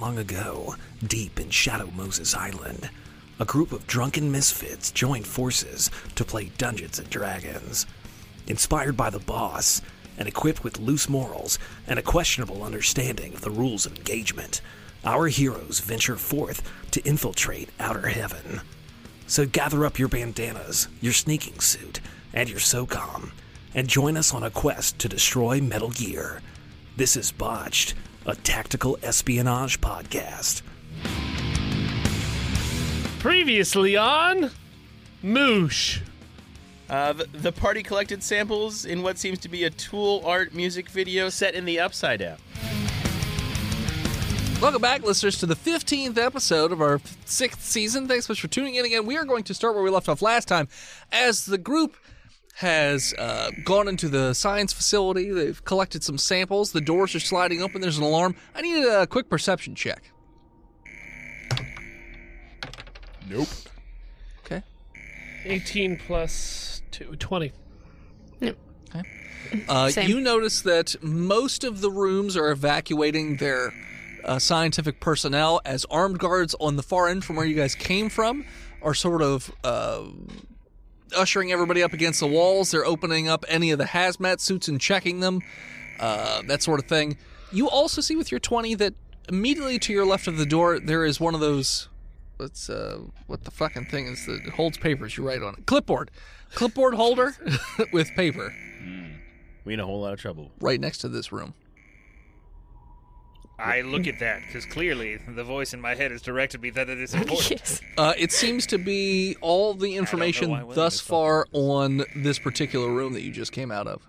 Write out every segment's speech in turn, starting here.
long ago, deep in Shadow Moses Island, a group of drunken misfits joined forces to play Dungeons and Dragons. Inspired by the boss, and equipped with loose morals and a questionable understanding of the rules of engagement, our heroes venture forth to infiltrate outer heaven. So gather up your bandanas, your sneaking suit, and your SOCOM, and join us on a quest to destroy Metal Gear. This is Botched, a tactical espionage podcast. Previously on Moosh. Uh, the, the party collected samples in what seems to be a tool art music video set in the Upside Down. Welcome back, listeners, to the 15th episode of our sixth season. Thanks so much for tuning in again. We are going to start where we left off last time. As the group has uh, gone into the science facility, they've collected some samples. The doors are sliding open. There's an alarm. I need a quick perception check. Nope. 18 plus two, 20. Uh, Same. you notice that most of the rooms are evacuating their uh, scientific personnel as armed guards on the far end from where you guys came from are sort of uh, ushering everybody up against the walls. They're opening up any of the hazmat suits and checking them, uh, that sort of thing. You also see with your 20 that immediately to your left of the door, there is one of those. What's uh, what the fucking thing is that holds papers you write on it? Clipboard, clipboard holder with paper We in a whole lot of trouble. right next to this room. I look at that because clearly the voice in my head has directed me that it is important. Yes. Uh, it seems to be all the why information William thus is so far on this particular room that you just came out of.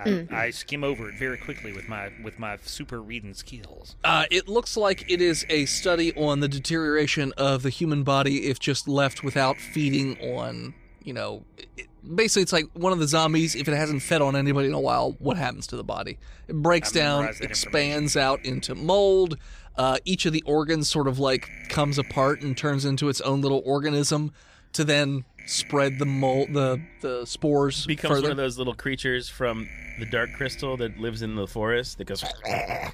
I, I skim over it very quickly with my with my super reading skills. Uh, it looks like it is a study on the deterioration of the human body if just left without feeding on, you know, it, basically it's like one of the zombies. If it hasn't fed on anybody in a while, what happens to the body? It breaks I down, memorized that expands out into mold. Uh, each of the organs sort of like comes apart and turns into its own little organism to then spread the mold, the the spores Becomes further. one of those little creatures from the Dark Crystal that lives in the forest that goes. I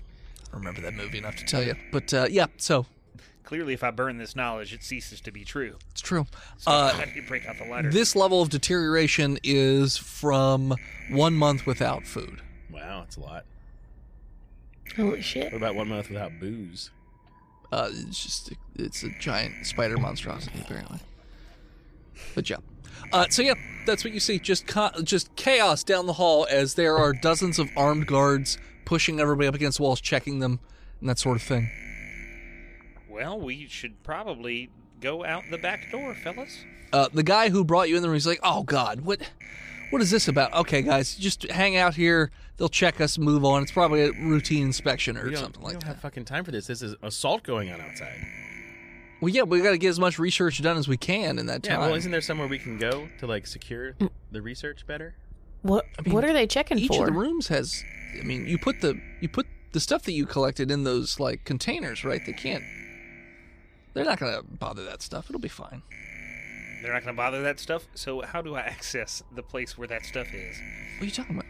remember that movie enough to tell you, but uh, yeah, so Clearly, if I burn this knowledge, it ceases to be true. it's true. So Uh, I need to break out the lighter. This level of deterioration is from one month without food. Wow, that's a lot. Holy shit. What about one month without booze? Uh, it's just it's a giant spider monstrosity apparently. But yeah, uh, so yeah, that's what you see. Just co- just chaos down the hall as there are dozens of armed guards pushing everybody up against walls, checking them, and that sort of thing. well, we should probably go out the back door, fellas. uh, the guy who brought you in the room, he's like, "Oh God, what, what is this about?" Okay, guys, just hang out here. They'll check us, move on. It's probably a routine inspection We or don't, something we like don't that. have fucking time for this. This is assault going on outside. Well, yeah, we got to get as much research done as we can in that Yeah, time. well, isn't there somewhere we can go to like secure Mm. the research better? What mean, what are they checking Each for? of the rooms has, I mean, you put the you put the stuff that you collected in those like containers, right? They can't. They're not gonna bother that stuff. It'll be fine. They're not going to bother that stuff. So how do I access the place where that stuff is? What are you talking about?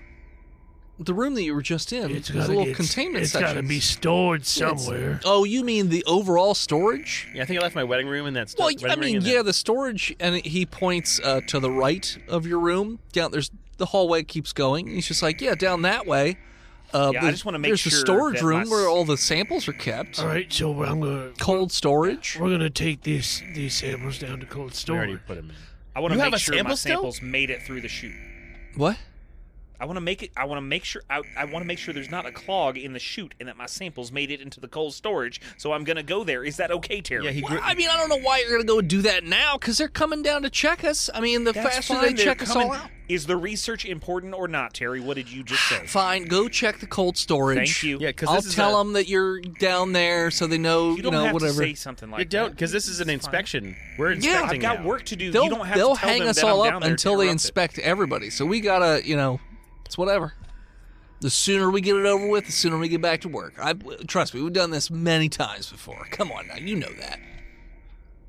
The room that you were just in It's there's got a little containment It's section. got to be stored somewhere. Oh, you mean the overall storage? Yeah, I think I left my wedding room in that. sto- Well, wedding I ring mean, in that- yeah, the storage, and he points uh, to the right of your room. Down there's the hallway keeps going. He's just like, yeah, down that way. Uh, Yeah, I there's- just wanna make there's the sure storage that my room s- where all the samples are kept. All right, so I'm gonna Cold storage. we're gonna take these these samples down to cold we already storage. put 'em in. I want You to make have a sure my sample still? samples made it through the chute. What? I want to make it. I want to make sure. I, I want to make sure there's not a clog in the chute, and that my samples made it into the cold storage. So I'm gonna go there. Is that okay, Terry? Yeah, he Well, grew. I mean, I don't know why you're gonna go and do that now, because they're coming down to check us. I mean, the That's faster fine, they they're check us all coming- out. Is the research important or not, Terry? What did you just say? Fine, go check the cold storage. Thank you. Yeah, because I'll tell them that you're down there, so they know you don't know have whatever. to say something like You don't, that. because this is an It's fine. inspection. We're Yeah. inspecting. I've got now. work to do. they'll you don't have they'll to tell hang them us that all I'm up down there to until they interrupt it. inspect everybody. So we gotta, you know, it's whatever. The sooner we get it over with, the sooner we get back to work. I trust me, we've done this many times before. Come on now, you know that.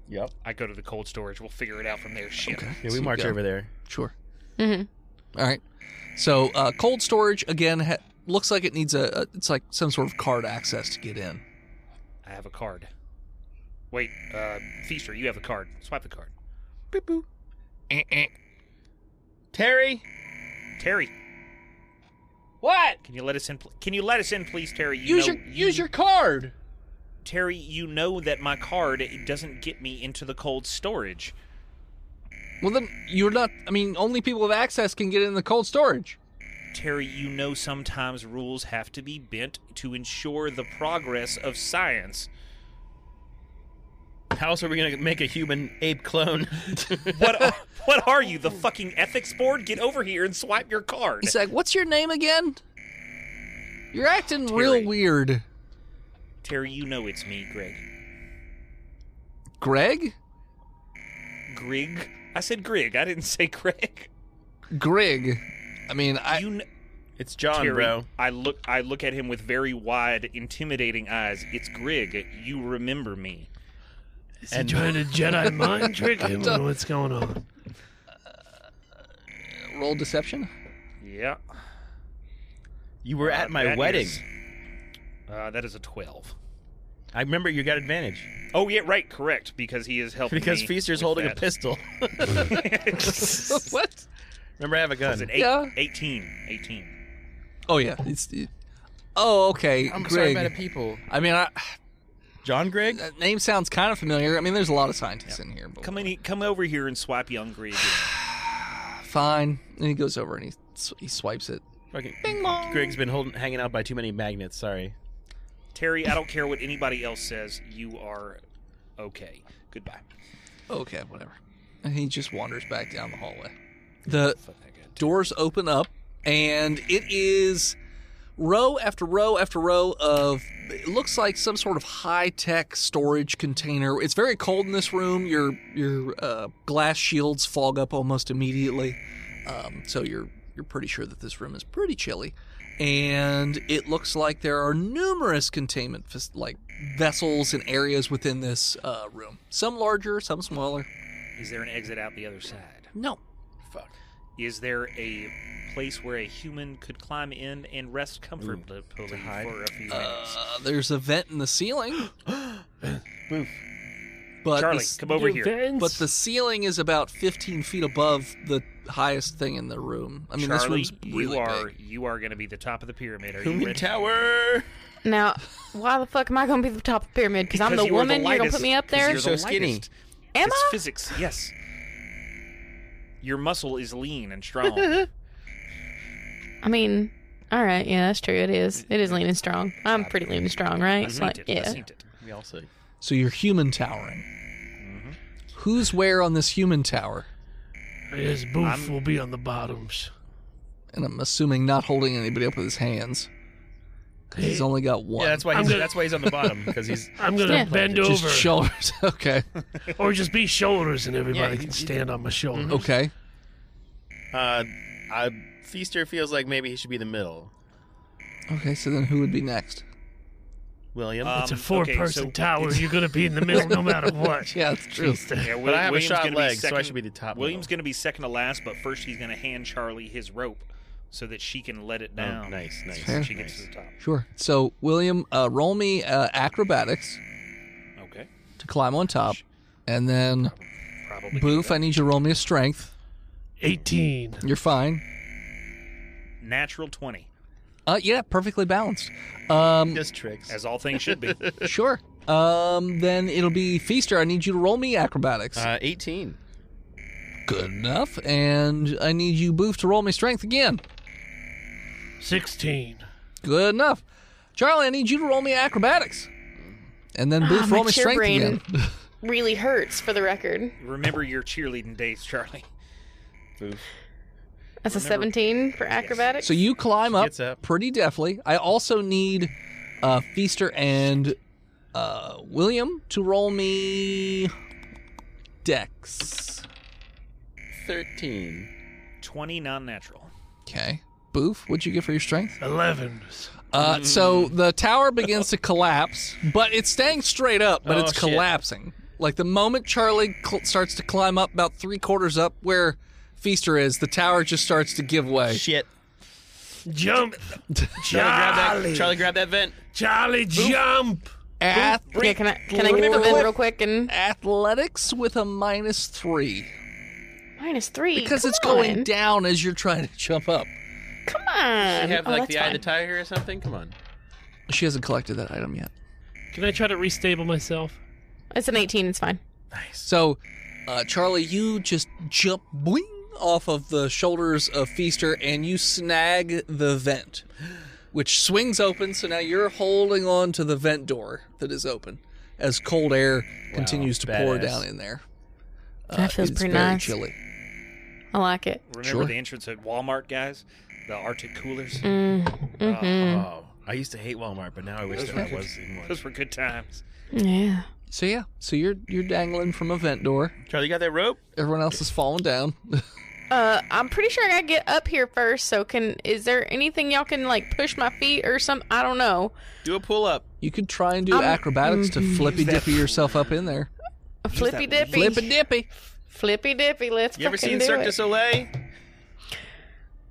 Yep. I go to the cold storage. We'll figure it out from there. Shit. Yeah, So we you march go. over there. Sure. Mm-hmm. right. So uh, cold storage again ha- looks like it needs a, a. It's like some sort of card access to get in. I have a card. Wait, uh, Feaster, you have a card. Swipe the card. Eh, Terry, Terry, What? can you let us in? Pl- can you let us in, please, Terry? You Use know, your you- use your card. Terry. You know that my card it doesn't get me into the cold storage. Well, then you're not. I mean, only people with access can get in the cold storage. Terry, you know sometimes rules have to be bent to ensure the progress of science. how else are we gonna make a human ape clone? What are, what are you, the fucking ethics board? Get over here and swipe your card. He's like, "What's your name again?" You're acting Terry. real weird, Terry, you know it's me, Greg. Greg. Grig? I said Grig. I didn't say Greg. Grig. I mean, I you kn- it's John, Terry, bro. I look I look at him with very wide, intimidating eyes. It's Grig. You remember me. Is And- he trying to Jedi mind trick him? or What's going on? roll deception. Yeah. You were at my That wedding. is- uh, that is a 12. I remember you got advantage Oh, yeah, right, correct, because he is helping because me Feaster's with holding that. a pistol. what? remember, I have a gun. Was it eight, Yeah. 18? 18. Oh yeah. It's. It, oh okay, I'm sorry, Grig. I'm out of people. I mean, I, John Grigg. that name sounds kind of familiar. I mean, there's a lot of scientists in here. But Come in, come over here and swipe young Grig. in. Fine. And he goes over and he s- he swipes it. Fucking Greg's been holding, hanging out by too many magnets. Sorry. Terry, I don't care what anybody else says. You are okay. Goodbye. Okay, whatever. And he just wanders back down the hallway. The doors open up, and it is row after row after row of it looks like some sort of high tech storage container. It's very cold in this room. Your your uh, glass shields fog up almost immediately, um, so you're you're pretty sure that this room is pretty chilly. And it looks like there are numerous containment fas- like vessels and areas within this uh, room. Some larger, some smaller. Is there an exit out the other side? No, Fuck. Is there a place where a human could climb in and rest comfortably to hide? for a few minutes? Uh, there's a vent in the ceiling, Boof. but Charlie, the, come over Your here. Vans? but the ceiling is about 15 feet above the highest thing in the room. I mean, this Charlie, room's really you are big. you are going to be the top of the pyramid. Are you Human ready? Tower. Now, why the fuck am I gonna be the top of the pyramid? Because I'm the you were woman. you're gonna lightest- put me up 'cause there. You're So the skinny. lightest. Am It's I? physics. Yes. Your muscle is lean and strong. I mean, all right, yeah, that's true. It is. It is lean and strong. I'm pretty lean and strong, right? I seen Like, it. I yeah. seen it. We all see. So you're human towering. Mm-hmm. Who's where on this human tower? Yes, Boof I'm- will be on the bottoms. And I'm assuming not holding anybody up with his hands. 'Cause he's only got one. Yeah, that's why I'm he's, gonna- that's why he's on the bottom because he's I'm gonna Yeah. bend Just over, shoulders. okay. or just be shoulders, and Yeah, everybody you- can you- stand on my shoulders. Okay. Uh, uh, Feaster feels like maybe he should be the middle. Okay, so then who would be next? William, Uh, It's a Um, okay, four-person so tower. You're gonna be in the middle no matter what. Yeah, that's true. Yeah, Will- but I have William's a shot gonna be leg, so I second- should be the top. William's middle. going to be second to last, but first he's going to hand Charlie his rope so that she can let it down. Oh, nice, nice, So she nice. gets to the top. Sure. So, William, uh, roll me uh, acrobatics Okay. to climb on top. And then, Probably. Boof, I need you to roll me a strength. Eighteen. You're fine. Natural 20, Uh, yeah, perfectly balanced. Um, Just tricks. as all things should be. sure. Um, then it'll be Feaster. I need you to roll me acrobatics. uh, Eighteen. Good enough. And I need you, Boof, to roll me strength again. Sixteen. Good enough. Charlie, I need you to roll me acrobatics. And then Boof, my roll me chair strength brain. again. Really hurts for the record. Remember your cheerleading days, Charlie. That's Remember- a 17 for acrobatics. So you climb up, Gets up. pretty deftly. I also need uh, Feaster and uh, William to roll me Dex. Thirteen. 20 non natural. Okay. Boof, what'd you get for your strength? Eleven. Uh, so the tower begins to collapse, but it's staying straight up, but Oh, it's shit. collapsing. Like the moment Charlie cl- starts to climb up about three quarters up where Feaster is, the tower just starts to give way. Shit. Jump, Charlie, grab Charlie. that. Charlie, grab that vent. Charlie, jump. Ath- Yeah, can I can I get Remember them in Cliff? real quick and athletics with a minus three minus three because Come it's going on. down as you're trying to jump up. Come on, You have Oh, like that's the eye of the fine. tiger or something? Come on. She hasn't collected that item yet. Can I try to restable myself? It's an eighteen. It's fine. So, uh, Charlie, you just jump boing off of the shoulders of Feaster and you snag the vent, which swings open. So now you're holding on to the vent door that is open as cold air continues to pour badass. down in there. That feels Uh, it's pretty very nice. chilly. I like it. Remember Sure. the entrance at Walmart, guys? The Arctic coolers. Mm, mhm. Oh, I used to hate Walmart, but now I wish Those there were- was even one. Those were good times. Yeah. So yeah, so you're you're dangling from a vent door. Charlie, you got that rope? Everyone else is falling down. Uh, I'm pretty sure I gotta get up here first. So can is there anything y'all can like push my feet or some? I don't know. Do a pull up. You could try and do Um, acrobatics to flippy that- dippy yourself up in there. A flippy dippy. Flippy dippy. Flippy dippy. Let's You ever fucking seen do Cirque it. du Soleil?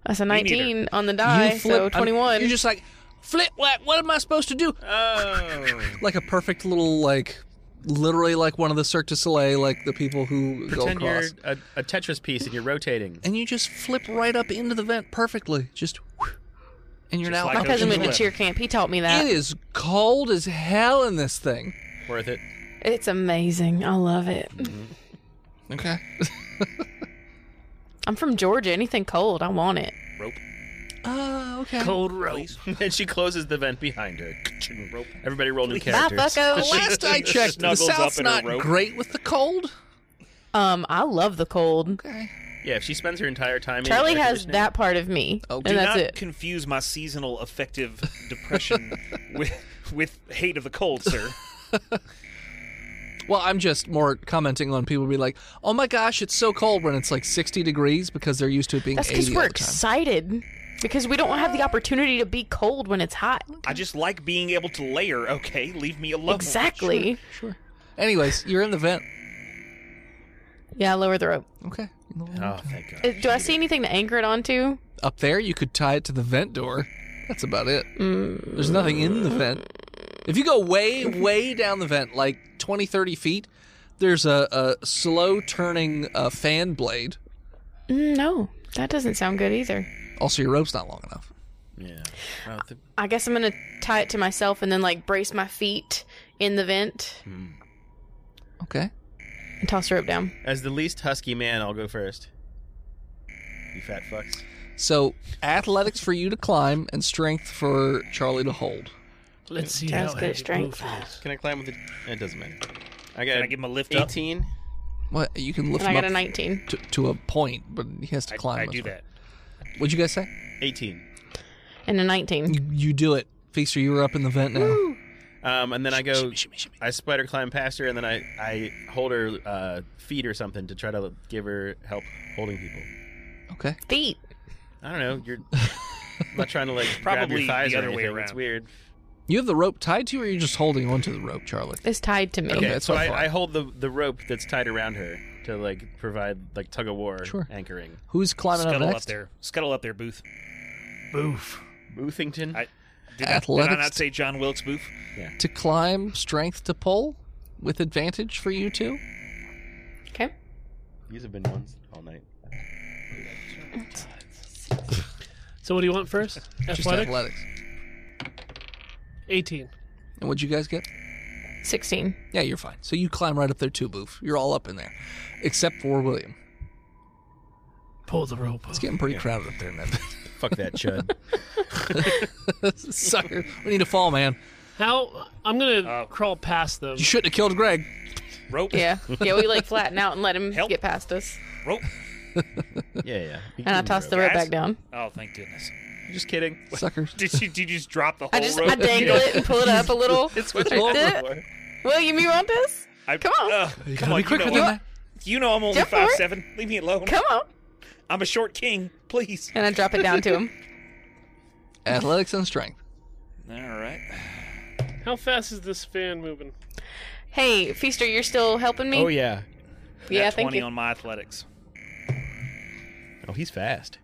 That's a neither. 19 on the die, you flip, so I'm- 21. you're just like flip. What, what am I supposed to do? Oh. Like a perfect little like, literally like one of the Cirque du Soleil, like the people who Pretend go you're across, a, a Tetris piece and you're rotating. and you just flip right up into the vent perfectly. Just, whew, and you're Just now. like My Coach cousin went to Flip. cheer camp. He taught me that. it is cold as hell in this thing. Worth it. It's amazing. I love it. Okay. I'm from Georgia. Anything cold, I want it. Rope, Oh, okay. Cold rope. please. and she closes the vent behind her. Mm. Rope. Everybody roll new Bye, characters. bucko. Last I checked, the Snuggles up South's in her not robe. great with the cold. um, I love the cold. Okay. Yeah, if she spends her entire time Charlie in air has conditioning- that part of me, Oh, and Do that's not it. confuse my seasonal affective depression with with hate of the cold, sir. Well, I'm just more commenting on people be like, "Oh my gosh, it's so cold when it's like 60 degrees because they're used to it being That's 80 because all we're the time." excited. Because we don't have the opportunity to be cold when it's hot. I just like being able to layer. Okay, leave me alone. Exactly. Oh, Sure. Anyways, you're in the vent. Yeah, lower the rope. Okay. Oh, thank God. Uh, Do I see anything to anchor it onto? Up there, you could tie it to the vent door. That's about it. Mm. There's nothing in the vent. If you go way, way down the vent, like 20, 30 feet, there's a, a slow turning uh, fan blade. Mm, No, that doesn't sound good either. Also, your rope's not long enough. Yeah. Well, the- I guess I'm gonna tie it to myself and then like brace my feet in the vent Okay. and toss the rope down. as the least husky man, I'll go first. You fat fucks. So, athletics for you to climb and strength for Charlie to hold. Let's see how Sounds good, heavy strength. Roof is. Can I climb with the? It doesn't matter. I got Can I give him a lift up? 18. What? You can lift And I him got up a 19. to, to a point, but he has to I, climb. I as do well. that. What'd you guys say? 18. And a 19. You, you do it. Feaster, you were up in the vent now. Um, and then I go. Shimmy, shimmy, shimmy. I spider climb past her, and then I I hold her uh, feet or something to try to give her help holding people. Okay. Feet. I don't know. You're I'm not trying to like grab Probably your thighs the or other way anything. It's around. weird. You have the rope tied to you, or you're just holding onto the rope, Charlie? It's tied to me. Okay. Yeah, that's so not far. I, I hold the the rope that's tied around her to like provide like tug of war Sure. anchoring. Who's climbing Scuttle up up, next? there. Scuttle up there, Booth. Boof. Boothington. I- Did, I, did I Athletics. not say John Wilkes Booth? To climb, strength to pull, with advantage for you two. Okay. These have been ones all night. So what do you want first? Just Athletic. athletics. 18. And what'd you guys get? 16. Yeah, you're fine. So you climb right up there too, Boof. You're all up in there, except for William. Pull the rope. It's getting pretty crowded up there in that vent. Fuck that, Chud. sucker. We need a fall, man. How? I'm gonna Oh. crawl past them. You shouldn't have killed Greg. Rope. Yeah. Yeah, we like flatten out and let him Help. get past us. Rope. yeah, yeah. You And I can toss the rope. rope Guys? back down. Oh, thank goodness. Just kidding. Suckers. Did you, did you just drop the whole I just rope? I dangle it and pull it up a little. It's what I asked for. Will you move on this? I- Come on. Ugh, You come gotta on. be You quicker know, than I'm- that. you know I'm only Go for it. five seven. Leave me alone. Come on. I'm a short king. Please. And I drop it down to him. Athletics and strength. All right. How fast is this fan moving? Hey, Feaster, you're still helping me? Oh yeah. Yeah, Nat thank 20 you. on my athletics. Oh, he's fast.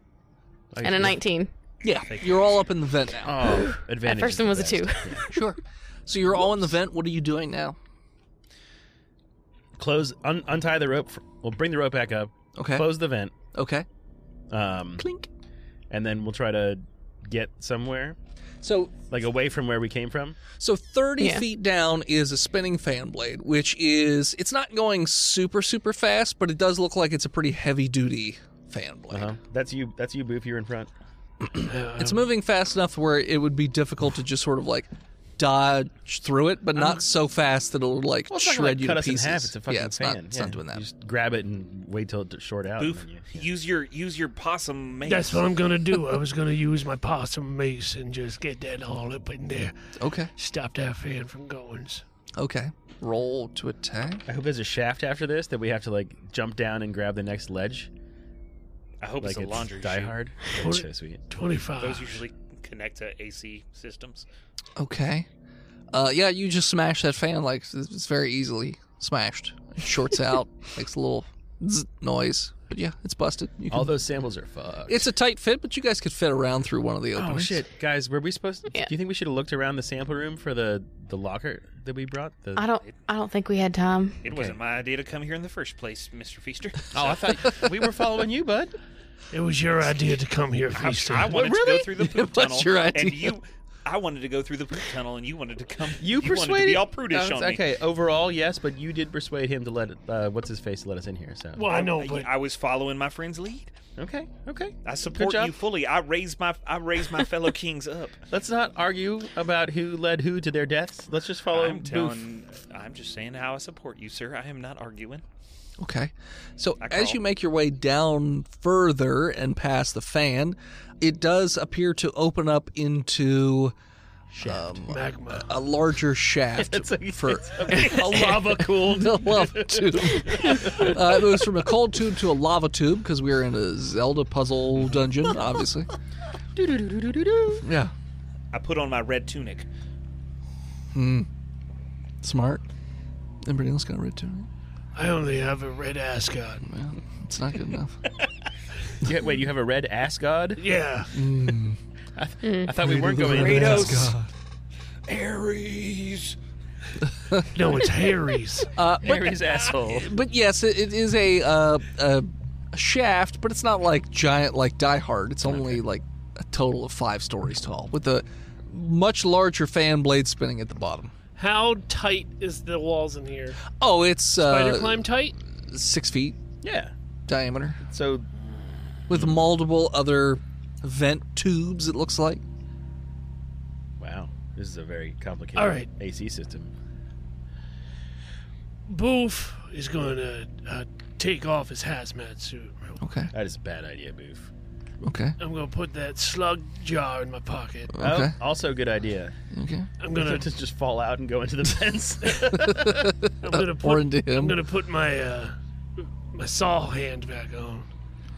Oh, And a he's- 19. Yeah, you're all up in the vent now. Oh, advantage. That first is one was the a 2. best. Sure. So you're all in the vent. What are you doing now? Close, un- untie the rope. Fr- we'll bring the rope back up. Okay. Close the vent. Okay. Um, Clink. and then we'll try to get somewhere, So like away from where we came from. So 30 Yeah. feet down is a spinning fan blade, which is it's not going super super fast, but it does look like it's a pretty heavy duty fan blade. Uh-huh. That's you. That's you, Boof. You're in front. It's moving fast enough where it would be difficult to just sort of like dodge through it, but not so fast that it'll like Uh-huh. Well, it's not shred gonna, like, you cut to us pieces. in half. It's a fucking yeah, it's fan. not it's yeah. not doing that. You just grab it and wait till it's short out. and Boof, then you- use your use your possum mace. That's what I'm gonna do. I was gonna use my possum mace and just get that all up in there. Okay. Stop that fan from going. Okay. Roll to attack. I hope there's a shaft after this that we have to like jump down and grab the next ledge. I hope like it's a laundry Die chute. Hard. Or- That's so sweet. Twenty-five. Those usually connect to AC systems. Okay. Uh yeah, you just smash that fan like it's- it's very easily smashed. It shorts out, makes a little zzz noise. But yeah, it's busted. You All those samples are fucked. It's a tight fit, but you guys could fit around through one of the openings. Oh shit, guys! Were we supposed? to... Yeah. Do you think we should have looked around the sample room for the the locker that we brought? The... I don't. I don't think we had time. It wasn't my idea to come here in the first place, Mr. Feaster. Oh, I thought we were following you, bud. It was your idea to come here, I, Feaster. I wanted to really? go through the It was poop tunnel, your idea. and you, I wanted to go through the poop tunnel, and you wanted to come. You, persuaded. wanted to be all prudish No, on it's- okay, overall, yes, but you did persuade him to let uh, what's his face to let us in here. So well, I know, me. but I was following my friend's lead. okay, okay. I support job. you fully. I raise my I raise my fellow kings up. Let's not argue about who led who to their deaths. Let's just follow. I'm Oh, Boof. telling. I'm just saying how I support you, sir. I am not arguing. Okay. So I as crawl. you make your way down further and past the fan, it does appear to open up into um, magma. a larger shaft It's like- for it's a, a lava cooled. the lava tube. Uh, it moves from a cold tube to a lava tube because we are in a Zelda puzzle dungeon, obviously. yeah, I put on my red tunic. smart. Everybody else got red too. right? I only have a red ascot. Well, it's not good enough. Yeah, wait, you have a red ass god? Hmm. Yeah. I thought we weren't going. Red into that. ascot. Aries. No, it's Harry's. Harry's asshole. but yes, it, it is a, uh, a shaft, but it's not like giant like Die Hard. It's only like a total of five stories tall, with a much larger fan blade spinning at the bottom. How tight is the walls in here? Oh, it's Spider uh, climb tight? six feet Yeah. diameter So with multiple other vent tubes. It looks like. wow, this is a very complicated All right. AC system. Boof is going to uh, take off his hazmat suit. Okay. That is a bad idea, Boof. Okay. I'm going to put that slug jar in my pocket. Okay. Oh, also good idea. Okay. I'm So going to to just fall out and go into the fence. I'm going to Or put into I'm him. going to put my uh, my saw hand back on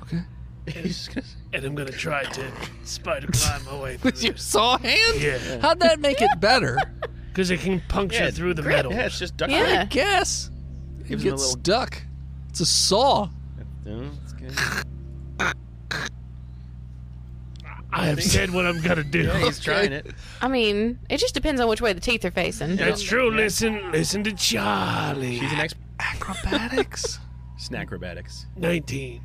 Okay. He's just gonna- and I'm going to try to spider climb my way through. With your this. saw hand? Yeah. How'd that make it better? Cuz it can puncture Yeah, through the great. metal. Yeah, it's just duct tape. Yeah. Guess. It Gives him a gets little- stuck. It's a saw. No, Oh, it's good. I have said what I'm going to do. Yeah, he's trying it. I mean, it just depends on which way the teeth are facing. That's true. Listen, listen to Charlie. He's an ex Acrobatics? snack acrobatics. 19.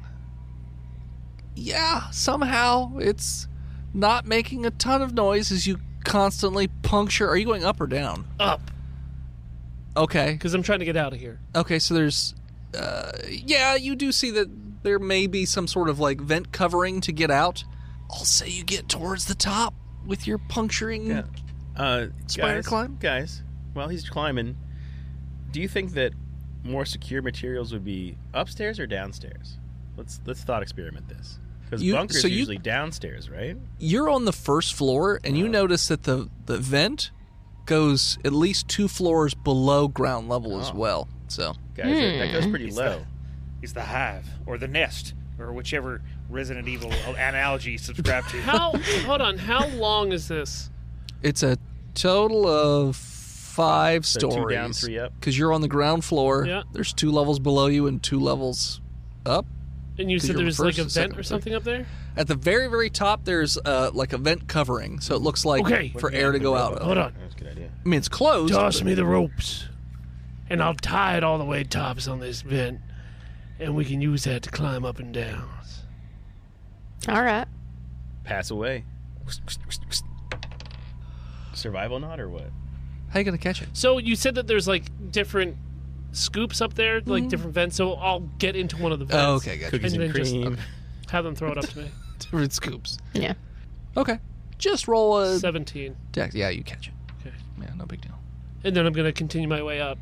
yeah, somehow it's not making a ton of noise as you constantly puncture. Are you going up or down? Up. Okay. Cuz I'm trying to get out of here. Okay, so there's. Uh, yeah, you do see that there may be some sort of like vent covering to get out. I'll say you get towards the top with your puncturing. Yeah. Uh, Spider guys, climb? guys. While he's climbing, do you think that more secure materials would be upstairs or downstairs? Let's let's thought experiment this because You- bunkers so you- usually downstairs, right? You're on the first floor, and you notice that the, the vent goes at least two floors below ground level as Oh. well. So. Guys, that- that goes pretty It's low. It's the hive or the nest or whichever Resident Evil analogy you subscribe to. How Hold on. How long is this? It's a total of five So two stories. down, three up. Because you're on the ground floor. Yeah. There's two levels below you and two levels up. And you Cause said you're there was like first a and second vent or and something up there? At the very, very top, there's uh, like a vent covering, so it looks like Okay. for air to go out of. Hold on. That's a good idea. I mean, it's closed. Toss me the ropes, and I'll tie it all the way tops on this vent, and we can use that to climb up and down. All right. Pass away. Survival knot or what? How you gonna catch it? So you said that there's like different scoops up there, like different vents. So I'll get into one of the vents. Mm-hmm. Oh, okay, gotcha. And then just Cream. have them throw it up to me. Different scoops. Yeah. Okay, just roll a Seventeen, dex. Yeah, you catch it. Okay. Yeah, no big deal. and then I'm gonna continue my way up.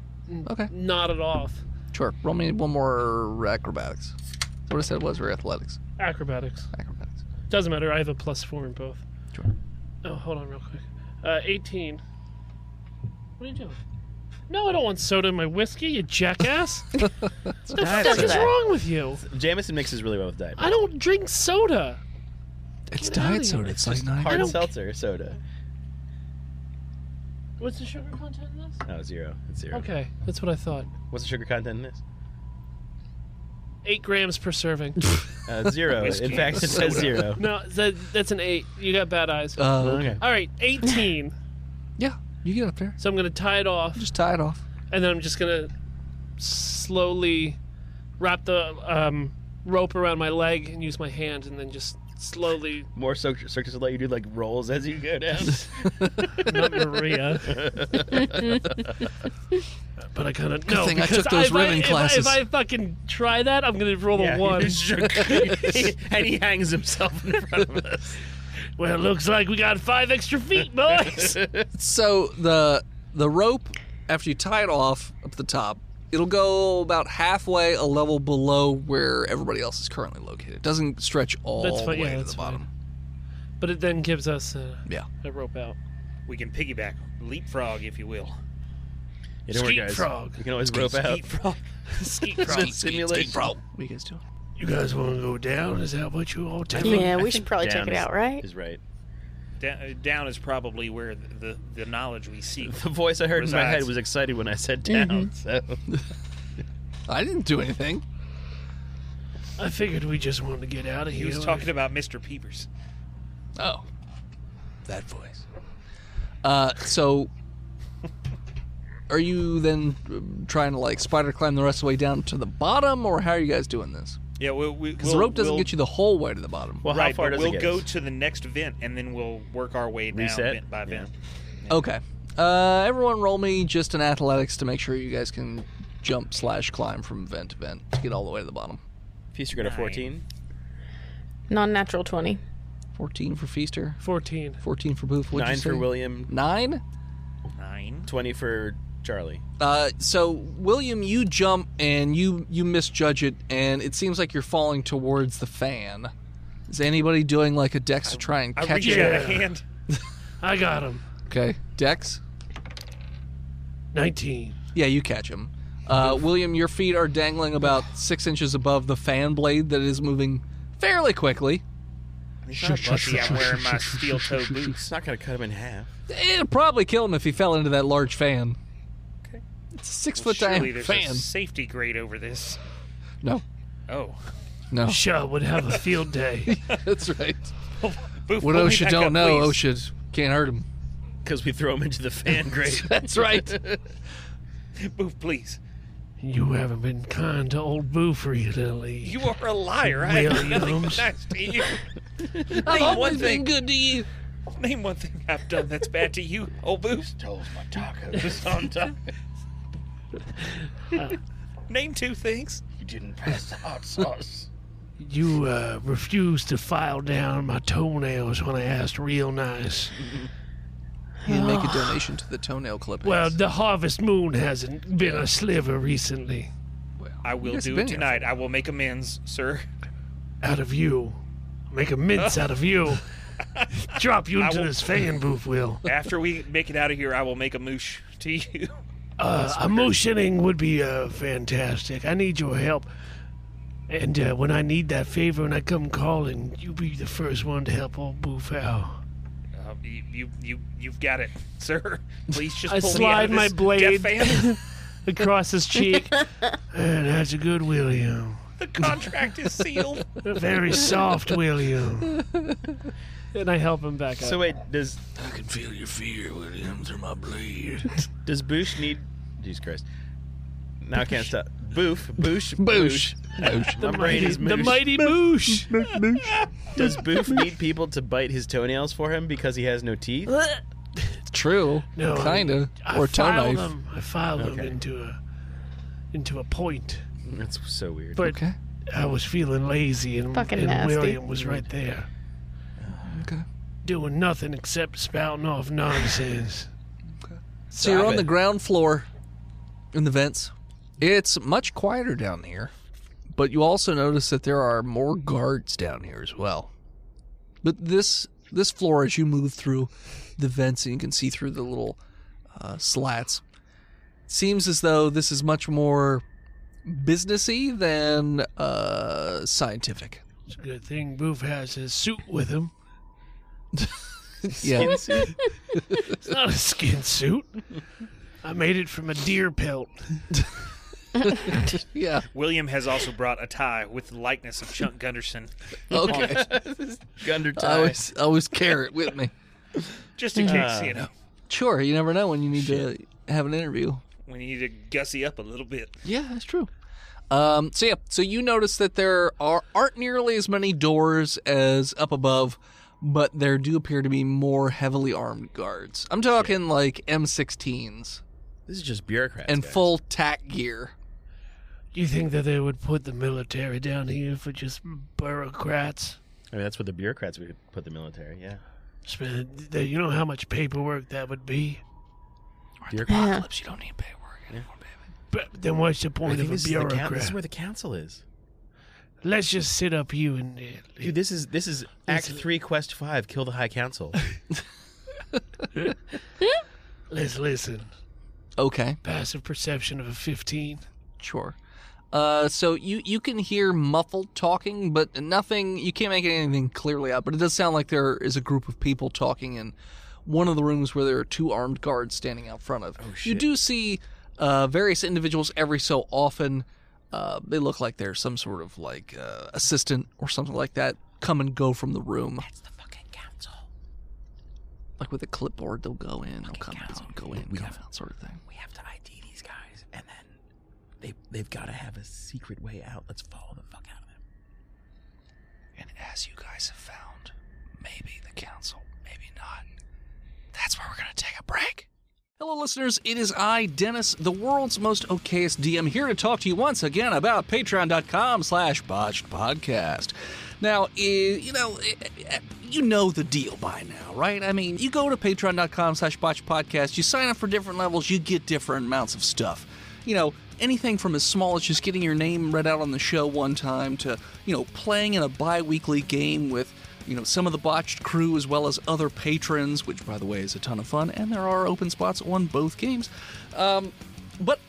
Okay, Not it off. sure. Roll me one more acrobatics. Is that What I said was or athletics. Acrobatics. Acrobatics. Doesn't matter. I have a plus four in both. Sure. Oh, hold on real quick. Uh, 18. What are you doing? No, I don't want soda in my whiskey, you jackass. what the fuck is wrong with you? Jameson mixes really well with diet. I don't drink soda. It's Get outta diet here. soda. It's like nine. I Hard don't- seltzer, soda. What's the sugar content in this? No, zero. It's zero. Okay, that's what I thought. What's the sugar content in this? Eight grams per serving. Uh, zero. in fact, it says zero. no, that, that's an eight. You got bad eyes. Uh, Okay. All right, 18. Yeah, you get up there. so I'm going to tie it off, Just tie it off. and then I'm just going to slowly wrap the um, rope around my leg and use my hand, and then just slowly. More circus circus will let you do like rolls as you go down. Not Maria. but I kind of no. thing I because took those if ribbon if classes. If I, fucking try that, I'm gonna roll Yeah, a he one. just and he hangs himself in front of us. Well, it looks like we got five extra feet, boys. So the the rope, after you tie it off up the top, it'll go about halfway a level below where everybody else is currently located. It doesn't stretch all That's the way fine, yeah, to that's the bottom. but it then gives us a, Yeah. a rope out. We can piggyback, leapfrog, if you will. You know, Skeet guys. frog. You can always rope out. Leapfrog. Skeet frog. Skeet, skeet, skeet, bro. What are you guys doing? You guys want to go down? Is that what you all tell me? Yeah, we should probably down check it is- out, right? Is right. Da- down is probably where the, the, the knowledge we seek. The voice I heard in my Resides. head was excited when I said down. So I didn't do anything. I figured we just wanted to get out of He here. was talking about Mr. Peepers. Oh, that voice. Uh, so are you then um, trying to like spider climb the rest of the way down to the bottom, or how are you guys doing this? Yeah, we, we, Because the rope doesn't get you the whole way to the bottom. well, how right, far but does we'll it get? go us? to the next vent and then we'll work our way down Reset? vent by Yeah. vent. Okay. Uh, everyone, roll me just an athletics to make sure you guys can jump slash climb from vent to vent to get all the way to the bottom. Feaster go to fourteen. Non-natural twenty. Fourteen for Feaster, Fourteen. fourteen for Booth. What'd you Nine for say? William. Nine. Nine. Twenty for Charlie. Uh, so William, you jump and you you misjudge it, and it seems like you're falling towards the fan. Is anybody doing like a dex to try and I catch reach it? out a hand. I got him. Okay, dex. 19. Yeah, you catch him. Uh, William, your feet are dangling about six inches above the fan blade that is moving fairly quickly. He's not lucky I'm wearing my steel toe boots. It's not gonna cut him in half. It'd probably kill him if he fell into that large fan. Okay. It's a six foot Surely diameter there's fan. a safety grade over this. No, Oh. no. Shaw would have a field day. That's right. Boof, What pull me OSHA back don't up, know, please. OSHA can't hurt him. Because we throw him into the fan grate. That's right. Boof, please. you haven't been kind to old Boofer lately. You are a liar. I have nothing Williams. nice to you. I've one always been thing. good to you. Name one thing I've done that's bad to you, old Boof. Toes my tacos on time. Name two things. You didn't pass the hot sauce. You uh, refused to file down my toenails when I asked real nice. You make a donation to the toenail clippings. Well, the Harvest Moon hasn't been a sliver recently. I will guys have do been it here. tonight. I will make amends, sir. Out of you. Make a mince out of you. Drop you into will- this fan booth, Will. After we make it out of here, I will make a moosh to you. Uh, emotioning would be uh, fantastic. I need your help. And uh, when I need that favor and I come calling, you be the first one to help old Boof out. Uh, you, you, you, you've got it, sir. Please just I pull slide me my out of this blade. death fan. Across his cheek. And that's a good William. The contract is sealed. Very soft, William. And I help him back up. So wait, does I can feel your fear, William, through my blade. does Boosh need? Jesus Christ! Now I can't stop. Boof, Boosh, Boosh. Boosh. My brain is the moosh. mighty moosh. Does Boof need people to bite his toenails for him because he has no teeth? True. No, kinda. I or toe filed knife. them. I filed them Okay. into a into a point. That's so weird. But Okay. I was feeling lazy, and, Fucking and nasty. William was right there, Uh, Okay. doing nothing except spouting off nonsense. So you're Stop on it. the ground floor in the vents. It's much quieter down here, but you also notice that there are more guards down here as well. But this this floor, as you move through the vents and you can see through the little uh, slats, seems as though this is much more businessy than uh, scientific. It's a good thing Boof has his suit with him. Yeah. It's not a skin suit. I made it from a deer pelt. yeah. William has also brought a tie with the likeness of Chuck Gunderson, Okay. Gunder I always, I always carry it with me. just in case Ah. you know Sure. You never know when you need to have an interview. we need to gussy up a little bit. Yeah, that's true. Um, so yeah, so you notice that there are aren't nearly as many doors as up above, but there do appear to be more heavily armed guards. I'm talking like M16s This is just bureaucrats. and guys. full tac gear. You think that they would put the military down here for just bureaucrats? I mean, that's what the bureaucrats would put the military. Yeah. Spend, they- you know how much paperwork that would be? Yeah. Clips, you don't need paperwork anymore, baby. But then what's the point of a this, is the coun- bureaucrat? this is where the council is. Let's just sit up you and uh, Dude, this is this is Act Three, Quest Five, Kill the High Council. let's listen. Okay, Passive perception of a 15. sure. Uh, so you you can hear muffled talking, but nothing. You can't make anything clearly out, but it does sound like there is a group of people talking in one of the rooms where there are two armed guards standing out front of. You do see uh, various individuals every so often. Uh, they look like they're some sort of like uh, assistant or something like that. Come and go from the room. That's the fucking council. Like with a clipboard, they'll go in, they'll come out, go in, come out, sort of thing. we have to ID these guys, and then they they've got to have a secret way out. Let's follow the fuck out of them. And as you guys have found, maybe the council, maybe not. That's where we're going to take a break. Hello, listeners. It is I, Dennis, the world's most okayest DM, here to talk to you once again about patreon.com slash botched podcast. Now, i- you know, i- you know the deal by now, right? I mean, you go to patreon.com slash botched podcast, you sign up for different levels, you get different amounts of stuff you know, anything from as small as just getting your name read out on the show one time to, you know, playing in a bi weekly game with, you know, some of the botched crew as well as other patrons, which, by the way, is a ton of fun. And there are open spots on both games. Um, but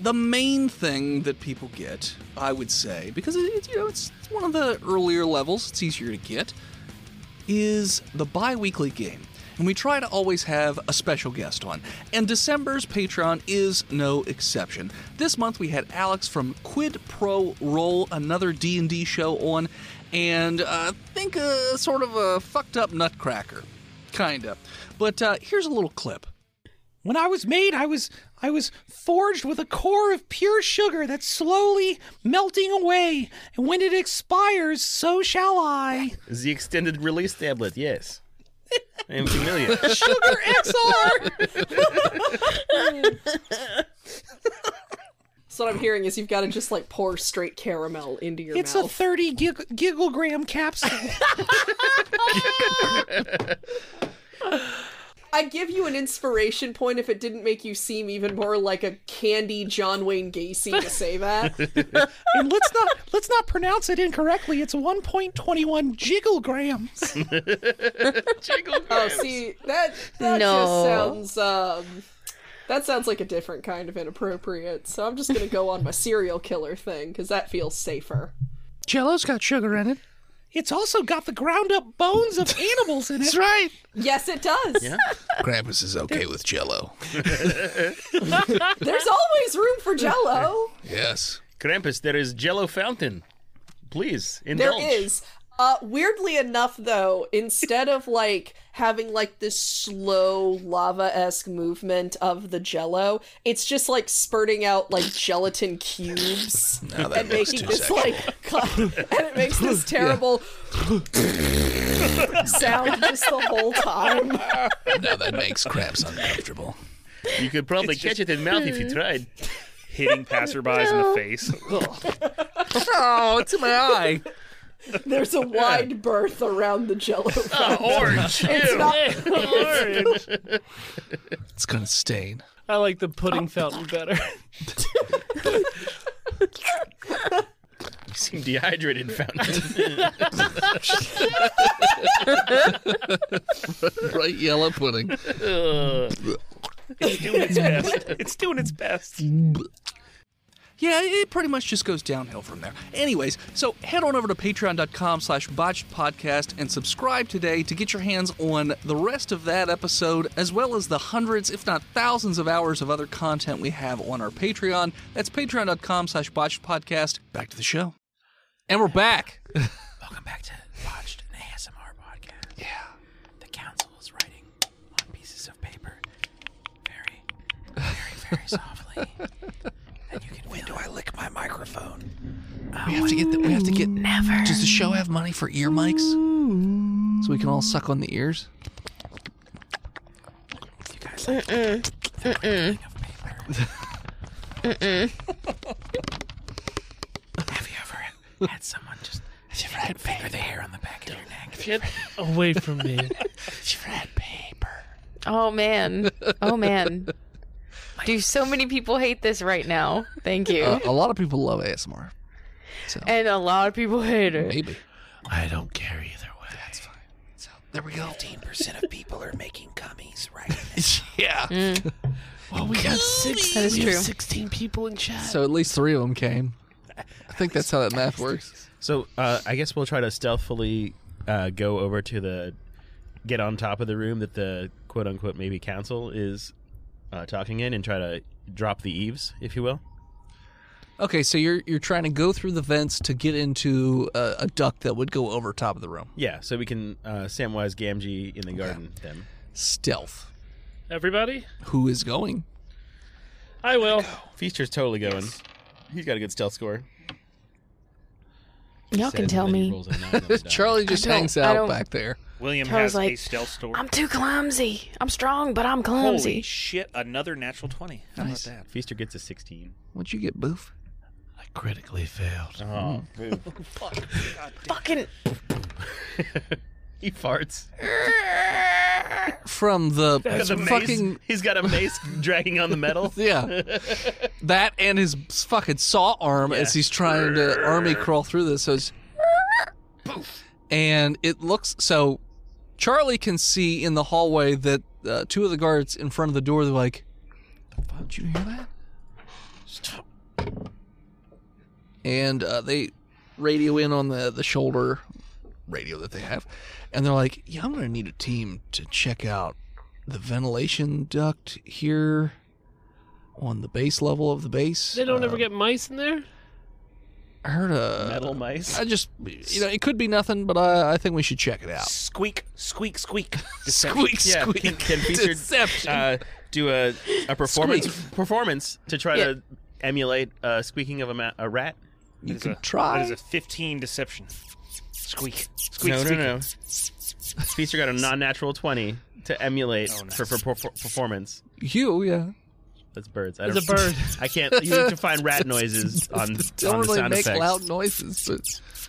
the main thing that people get, I would say, because it- it's, you know, it's, it's one of the earlier levels, it's easier to get, is the bi weekly game. And we try to always have a special guest on. And December's Patreon is no exception. This month we had Alex from Quid Pro Roll, another D&D show on, and uh, think a sort of a fucked up nutcracker, kinda. But uh, here's a little clip. When I was made, I was I was forged with a core of pure sugar that's slowly melting away, and when it expires, so shall I. Is the extended release tablet? Yes. I am familiar. Sugar XR. So what I'm hearing is you've got to just like pour straight caramel into your It's a mouth. 30 gig- gigglegram capsule. I'd give you an inspiration point if it didn't make you seem even more like a candy John Wayne Gacy to say that. and let's not let's not pronounce it incorrectly. It's 1.21 gigglegrams. oh, see that that No. just sounds um that sounds like a different kind of inappropriate. So I'm just gonna go on my serial killer thing because that feels safer. Jello's got sugar in it. It's also got the ground up bones of animals in it. That's right. Yes, it does. Krampus is okay with Jello. There's always room for Jello. Yes. Krampus, there is Jello fountain. Please There indulge. is. Uh, weirdly enough, though, instead of like having like this slow lava esque movement of the jello, it's just like spurting out like gelatin cubes Now that and looks making too this like cl- and it makes this terrible sound just the whole time. now that makes craps uncomfortable. You could probably catch it in mouth if Hmm. you tried. Hitting passerbys in the face. oh, it's in my eye. There's a wide berth around the jello. orange, It's ew. not- Orange. It's gonna stain. I like the Oh. pudding fountain better. You seem dehydrated, Fountain. Bright yellow pudding. It's doing its best. It's doing its best. Yeah, it pretty much just goes downhill from there. Anyways, so head on over to patreon.com slash botched podcast and subscribe today to get your hands on the rest of that episode, as well as the hundreds, if not thousands, of hours of other content we have on our Patreon. That's patreon.com slash botched podcast. Back to the show. And we're back. Welcome back to Watched an ASMR podcast. Yeah. The council is writing on pieces of paper very, very, very softly. and you can When do I lick my microphone? we have to get the, we have to get Never. Does the show have money for ear mics? So we can all suck on the ears? Mm-mm. Mm-mm. Mm-mm. Have you ever had someone just have you ever had finger the hair on the back of your neck? Get away from me. Oh man. Oh man. Do so many people hate this right now? Thank you. Uh-huh. Uh, a lot of people love ASMR. and a lot of people hate it. Maybe. I don't care either way. That's fine. So there we go. Fifteen percent of people are making gummies right Yeah. Mm. Well, we got six. That is we true. Have Sixteen people in chat. So at least three of them came. I think that's how that math works. So uh, I guess we'll try to stealthily uh, go over to the get on top of the room that the quote unquote maybe council is uh, talking in and try to drop the eaves, if you will. Okay, so you're you're trying to go through the vents to get into a, a duct that would go over top of the room. Yeah, so we can uh, Samwise Gamgee in the garden them. Stealth. Everybody, Who is going? I will. Feasture's totally going. He's got a good stealth score. Y'all can tell me. Charlie just I don't- hangs I out don't- back there. William Charles has a like, stealth store. I'm too clumsy. I'm strong, but I'm Holy clumsy. shit! Another natural twenty. How Nice. about that? Feaster gets a 16. What'd you get, Boof? Critically failed. Oh, boo. Fucking he farts. From the That's a mace. fucking He's got a mace dragging on the metal. yeah, that and his fucking saw arm as he's trying to army crawl through this. So it's and it looks so. Charlie can see in the hallway that uh, two of the guards in front of the door. They're like, "Did you hear that?" and uh, they radio in on the the shoulder radio that they have, and they're like, "Yeah, I'm gonna need a team to check out the ventilation duct here on the base level of the base." They don't Uh, ever get mice in there. I heard a Metal mice. I just, you know, it could be nothing, but I, I think we should check it out. Squeak, squeak, squeak. Deception. Squeak, Yeah, squeak. can, can feature Deception. uh, do a a performance performance to try Yeah. to emulate uh, squeaking of a, ma- a rat? you is can a- try. That is a fifteen deception. Squeak, squeak, no, squeak. no, no. Feaster got a non-natural twenty to emulate Oh, for, for, for performance. you, yeah. That's birds. I It's don't- a bird. I can't. You need to find rat noises on, on the Don't really sound make effects. loud noises, but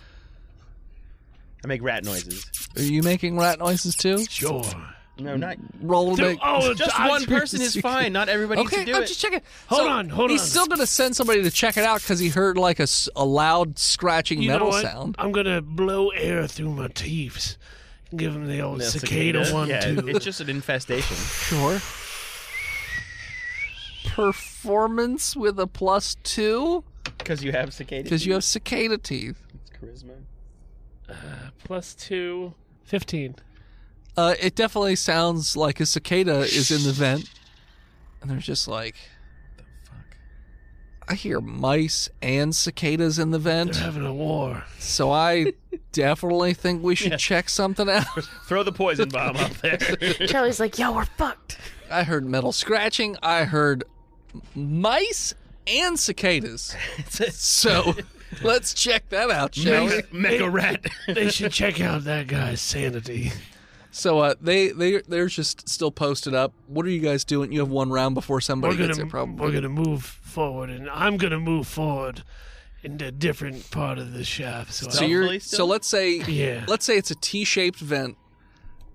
I make rat noises. are you making rat noises too? Sure. Mm. No, not Roll to make. Oh, just I- one person is fine. Not everybody okay, needs to do I'm it. just checking. Hold So on, hold he's on. still gonna send somebody to check it out because he heard like a, s- a loud scratching You know metal what? sound. I'm gonna blow air through my teeth. Give him the old Yeah, cicada, one yeah, two. It's just an infestation. Sure. Performance with a plus two Because you have cicada. because you have cicada teeth. charisma. Plus two. Fifteen. Uh, it definitely sounds like a cicada is in the vent, and they're just like, Fuck. I hear mice and cicadas in the vent. They're having a war. So I definitely think we should check something out. Throw the poison bomb up there. Charlie's like, yo, we're fucked. I heard metal scratching. I heard mice and cicadas. so let's check that out, shall Mice- we? Mega rat. They should check out that guy's sanity. So uh, they they they're just still posted up. What are you guys doing? You have one round before somebody we're gets gonna here, probably. we're gonna move forward, and I'm gonna move forward into a different part of the shaft. So, So I- you're so let's say Yeah. let's say it's a T-shaped vent.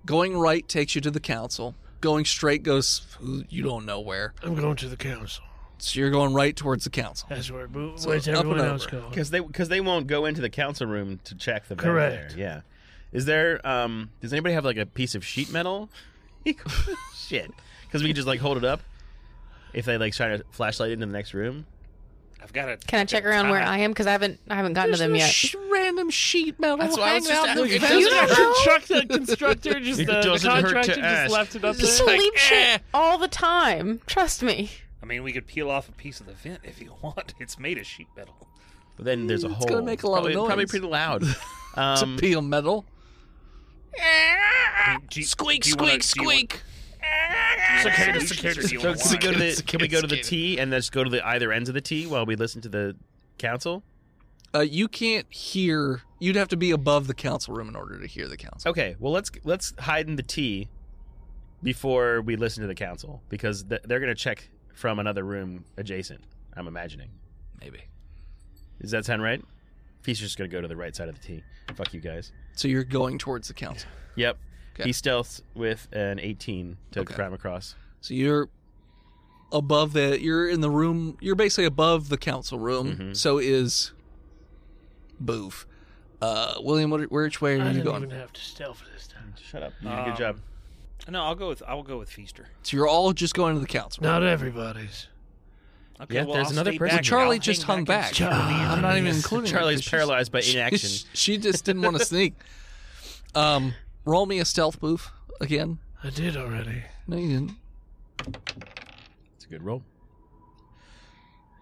Going right takes you to the council. Going straight goes you don't know where. I'm going to the council. So you're going right towards the council. That's where So where's up everyone and else over. going? Because they because they won't go into the council room to check the vent Correct. there. Yeah. Is there? Um. Does anybody have like a piece of sheet metal? Shit. Because we can just like hold it up. If they like shine a flashlight into the next room. I've got it. Can I check around where I am? Because I haven't I haven't gotten to them yet. random sheet metal. That's why I was just hanging out in asking. the It vent. doesn't You know? Chuck the constructor just It the, the doesn't hurt to contractor just ask. left it up there. People leave "Eh." shit all the time. Trust me. I mean, we could peel off a piece of the vent if you want. It's made of sheet metal. But then there's a hole. It's gonna make a lot probably, of noise. Probably pretty loud. It's Um, a peel metal. squeak, squeak, squeak. Cicada, So can we go to the can we go to the T and just go to the either ends of the T while we listen to the council? Uh, you can't hear. You'd have to be above the council room in order to hear the council. Okay, well let's let's hide in the T before we listen to the council because th- they're going to check from another room adjacent. I'm imagining. Maybe. Does that sound right? He's just going to go to the right side of the T. Fuck you guys. So you're going towards the council. Yep. Okay. He stealths with an 18 to Okay. climb across. So you're above the. You're in the room. You're basically above the council room. So is Boof. Uh, William, what, where which way are I you didn't going? even have to stealth this time. Shut up. Um, No, I'll go with I'll go with Feaster. So you're all just going to the council. Not everybody's. Okay, Yeah, well, there's I'll another stay person. back. Charlie I'll just hang hung back back. Oh, and stare in the Ah, I'm not even including her Charlie's 'cause she's- paralyzed by she- inaction. She just didn't want to sneak. Um, roll me a stealth boof again. I did already. No, you didn't. It's a good roll.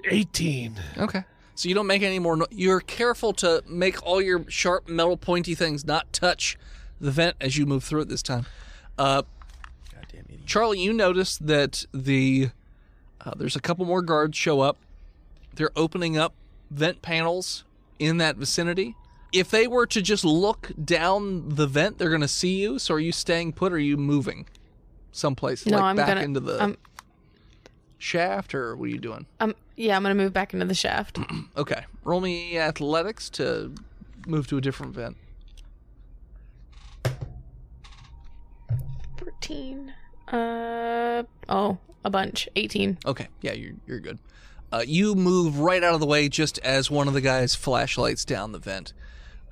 18. Okay. So you don't make any more. No- You're careful to make all your sharp metal pointy things not touch the vent as you move through it this time. Uh, Goddamn idiot. Charlie, you notice that the uh, there's a couple more guards show up. They're opening up vent panels in that vicinity. If they were to just look down the vent, they're going to see you. So are you staying put? or Are you moving someplace No, like I'm back gonna- into the I'm- shaft, or what are you doing? Um yeah, I'm gonna move back into the shaft. Okay. Roll me athletics to move to a different vent. Fourteen. Uh oh, a bunch. Eighteen. Okay. Yeah, you're, you're good. Uh, you move right out of the way just as one of the guys' flashlights down the vent.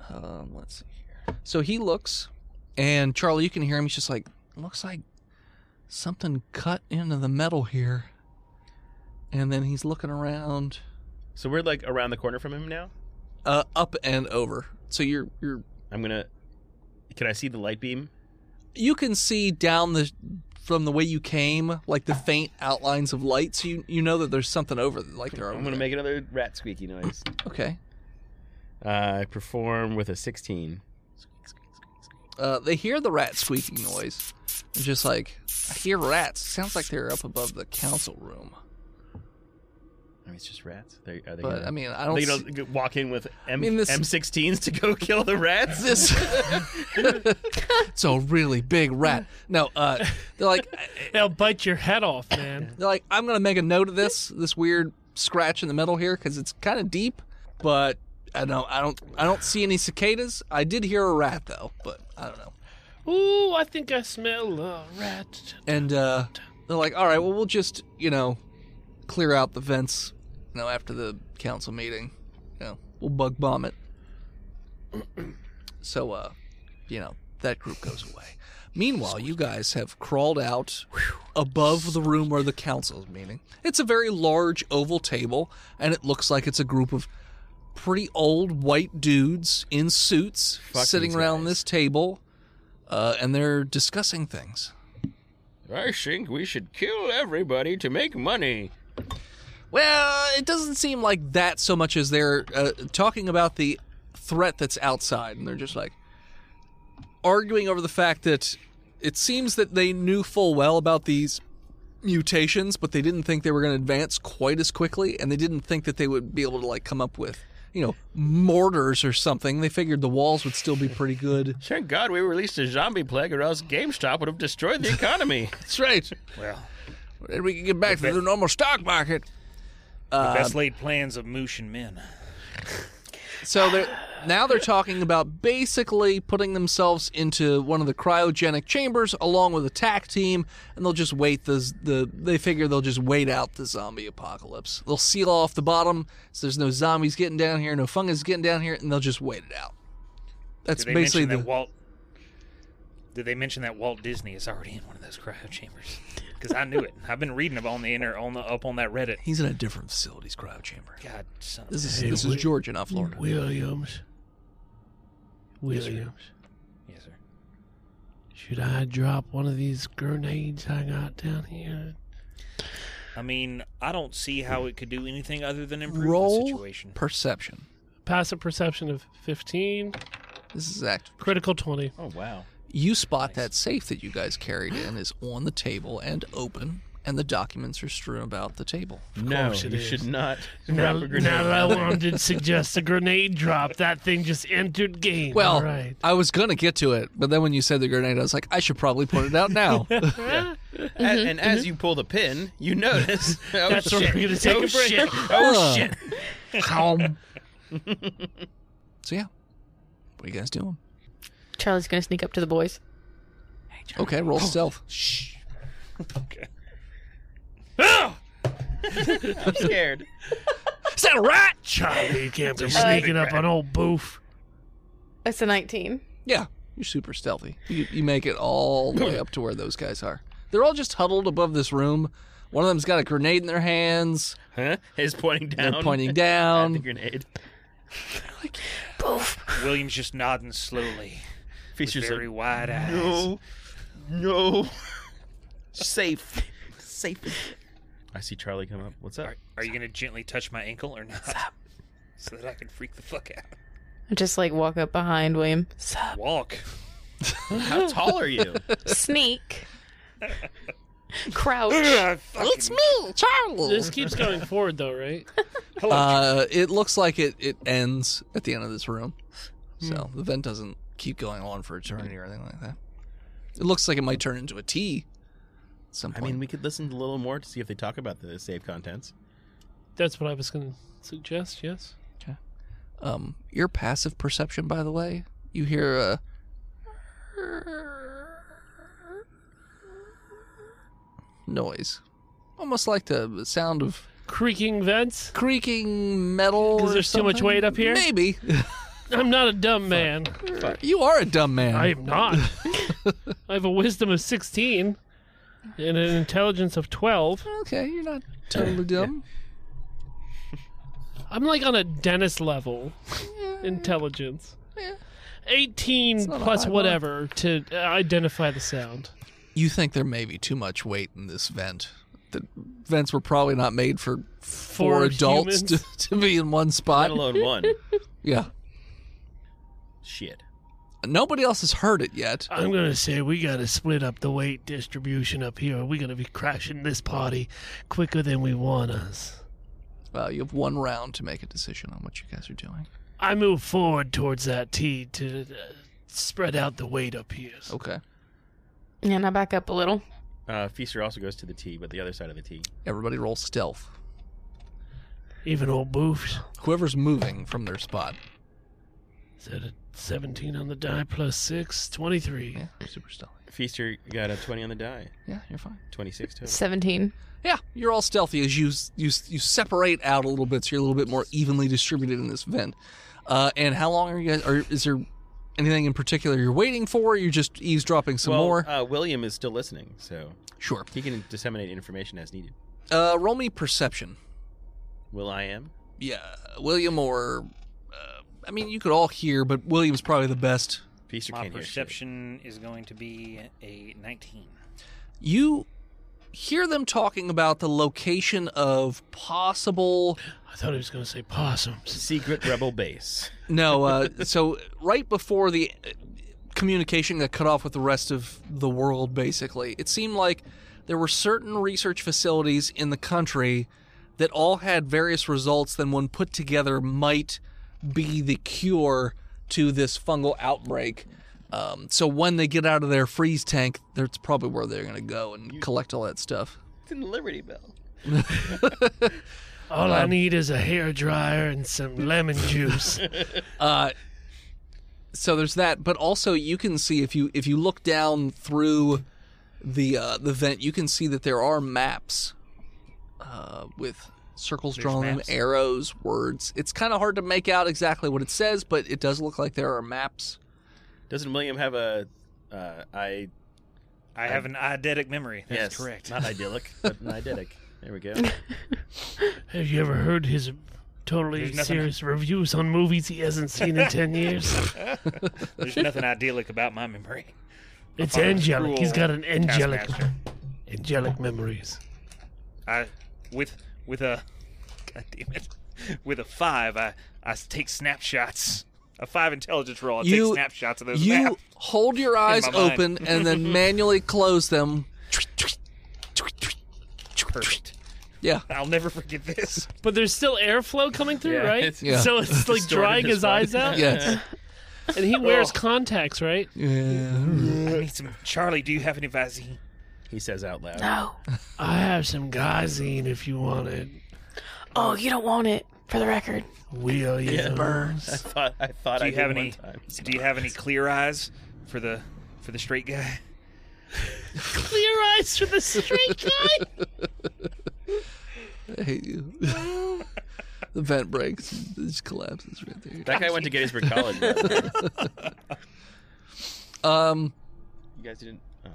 Um, let's see here. So he looks, and Charlie, you can hear him. He's just like, looks like something cut into the metal here. And then he's looking around, So we're like around the corner from him now. uh, up and over. So you're you're I'm going to Can I see the light beam? you can see down the from the way you came, like the faint outlines of light. So you you know that there's something over, like there. I'm going to make another rat squeaky noise. Okay. I Uh, perform with a 16. Uh, they hear the rat squeaking noise. It's just like I hear rats. Sounds like they're up above the council room. I mean, it's just rats. They, are they But, gonna, I mean, I don't They s- don't g- walk in with M- mean, this- M16s to go kill the rats. This it's a really big rat. No, uh, they're like They'll bite your head off, man. they're like I'm gonna make a note of this this weird scratch in the middle here because it's kind of deep, but I don't I don't I don't see any cicadas. I did hear a rat though, but I don't know. Ooh, I think I smell a rat. And uh, they're like, all right, well, we'll just, you know, clear out the vents, you know, after the council meeting. You know, we'll bug bomb it. so, uh, you know, that group goes away. Meanwhile, you guys have crawled out above the room where the council is meeting. It's a very large oval table, and it looks like it's a group of pretty old white dudes in suits Fuck sitting these around this table, uh, and they're discussing things. I think we should kill everybody to make money. Well, it doesn't seem like that so much as they're uh, talking about the threat that's outside, and they're just like arguing over the fact that it seems that they knew full well about these mutations, but they didn't think they were going to advance quite as quickly, and they didn't think that they would be able to like come up with. You know, mortars or something. They figured the walls would still be pretty good. Thank God we released a zombie plague, or else GameStop would have destroyed the economy. That's right. Well, then we can get back to the normal stock market. Uh, the best laid plans of moosh and men. So they're now they're talking about basically putting themselves into one of the cryogenic chambers along with a tack team, and they'll just wait the the they figure they'll just wait out the zombie apocalypse. They'll seal off the bottom so there's no zombies getting down here, no fungus getting down here, and they'll just wait it out. That's did they basically mention the that Walt. Did they mention that Walt Disney is already in one of those cryo chambers? Because I knew it. I've been reading up on the inner on the up on that Reddit. He's in a different facilities cryo chamber. God, son of This a is bitch. this is Georgia, not Florida. Williams. Yes, sir. Williams. Yes, sir. Should I drop one of these grenades I got down here? I mean, I don't see how it could do anything other than improve the Roll situation. perception. Passive perception of 15. This is active. Critical 20. Oh, wow. You spot that safe that you guys carried in is on the table and open, and the documents are strewn about the table. No, course it you is. should not Now- drop a grenade. now But I wanted to suggest a grenade drop. That thing just entered game. Well, All right. I was gonna get to it, but then when you said the grenade, I was like, I should probably put it out now. A- and as you pull the pin, you notice. Oh, mm-hmm, That's where shit. we're gonna take oh, a break. Shit. Oh Huh. shit! Calm. so yeah, what are you guys doing? Charlie's gonna sneak up to the boys. Okay, Oh, roll stealth. Shh. Okay. I'm scared. Is that right? Charlie, you can't be It's a really sneaking up crap. on old Boof. That's a 19. Yeah, you're super stealthy. You, you make it all the way up to where those guys are. They're all just huddled above this room. One of them's got a grenade in their hands. Huh? Is pointing down. They're pointing down. the grenade. Williams just nodding slowly, Features with very like, wide eyes. No, no. Oh. Safe, safe. I see Charlie come up. What's up? Are you gonna gently touch my ankle or not? So that I can freak the fuck out. I just like walk up behind William. Sup? Walk. How tall are you? Sneak. Crouch. It's me, Charlie. This keeps going forward, though, right? Uh, it looks like it, it ends at the end of this room. Hmm. So the vent doesn't keep going on for eternity or anything like that. It looks like it might turn into a T at some I point. mean, we could listen a little more to see if they talk about the save contents. That's what I was going to suggest, yes. um, your passive perception, by the way, you hear a. Noise. Almost like the sound of Creaking vents? creaking metal. Because or there's too much something. weight up here? Maybe. I'm not a dumb man. You are a dumb man. I am not. I have a wisdom of 16 and an intelligence of 12. Okay, you're not totally dumb. I'm like on a Dennis level intelligence. 18 not a plus high whatever to uh, identify the sound. You think there may be too much weight in this vent. The vents were probably not made for four, Four adults to, humans. to be in one Let spot. alone one. Yeah. Shit. Nobody else has heard it yet. I'm gonna say we gotta split up the weight distribution up here. We're gonna be crashing this party quicker than we want us. Uh, you have one round to make a decision on what you guys are doing. I move forward towards that T to uh, spread out the weight up here. Okay. And I back up a little. Uh, Feaster also goes to the T, but the other side of the T. Everybody roll stealth. Even old Boofs. Whoever's moving from their spot. Is that a 17 on the die plus 6? 23. Yeah, super stealthy. Feaster got a 20 on the die. Yeah, you're fine. 26 total. 17. Yeah, you're all stealthy as you you you separate out a little bit, so you're a little bit more evenly distributed in this vent. Uh, and how long are you guys? Are is there anything in particular you're waiting for? You're just eavesdropping some well, more. Uh, William is still listening, so sure. he can disseminate information as needed. Uh, roll me perception. Will I am? Yeah, William or uh, I mean, you could all hear, but William's probably the best. Feaster My can't hear shit. perception is going to be a 19. You hear them talking about the location of possible. I thought he was going to say possums. Secret rebel base. No, uh, so right before the uh, communication got cut off with the rest of the world, basically, it seemed like there were certain research facilities in the country that all had various results Then when put together might be the cure to this fungal outbreak. Um, so when they get out of their freeze tank, that's probably where they're going to go and collect all that stuff. It's in Liberty Bell. All Um, I need is a hair dryer and some lemon juice. Uh, so there's that, but also you can see if you if you look down through the uh, the vent, you can see that there are maps uh, with circles There's drawn, maps? arrows, words. It's kind of hard to make out exactly what it says, but it does look like there are maps. Doesn't William have a? Uh, I. I have an eidetic memory. That's yes, correct. Not idyllic, but an eidetic. There we go. Have you ever heard his totally There's nothing- serious reviews on movies he hasn't seen in 10 years? There's nothing idyllic about my memory. I It's find it angelic. He's cruel got an angelic, taskmaster. angelic memories. I with with a god damn it with a five I I take snapshots a five intelligence roll I take snapshots of those you maps. hold your In eyes my mind. open and then manually close them. Perfect. Yeah. I'll never forget this. But there's still airflow coming through, Yeah, right? it's- Yeah. So it's like Stored in drying his his body. eyes out. Yes. And he wears Oh. contacts, right? Yeah. I need some Charlie. Do you have any Visine? He says out loud. I have some gazine if you want it. Oh, you don't want it, for the record. Will you? Yeah. Burns. I thought I thought do I you did have one any do you have any clear eyes for the for the straight guy? Clear eyes for the straight guy. I hate you. the vent breaks. It just collapses right there. That guy went to Gettysburg College, by the um. You guys didn't. Oh.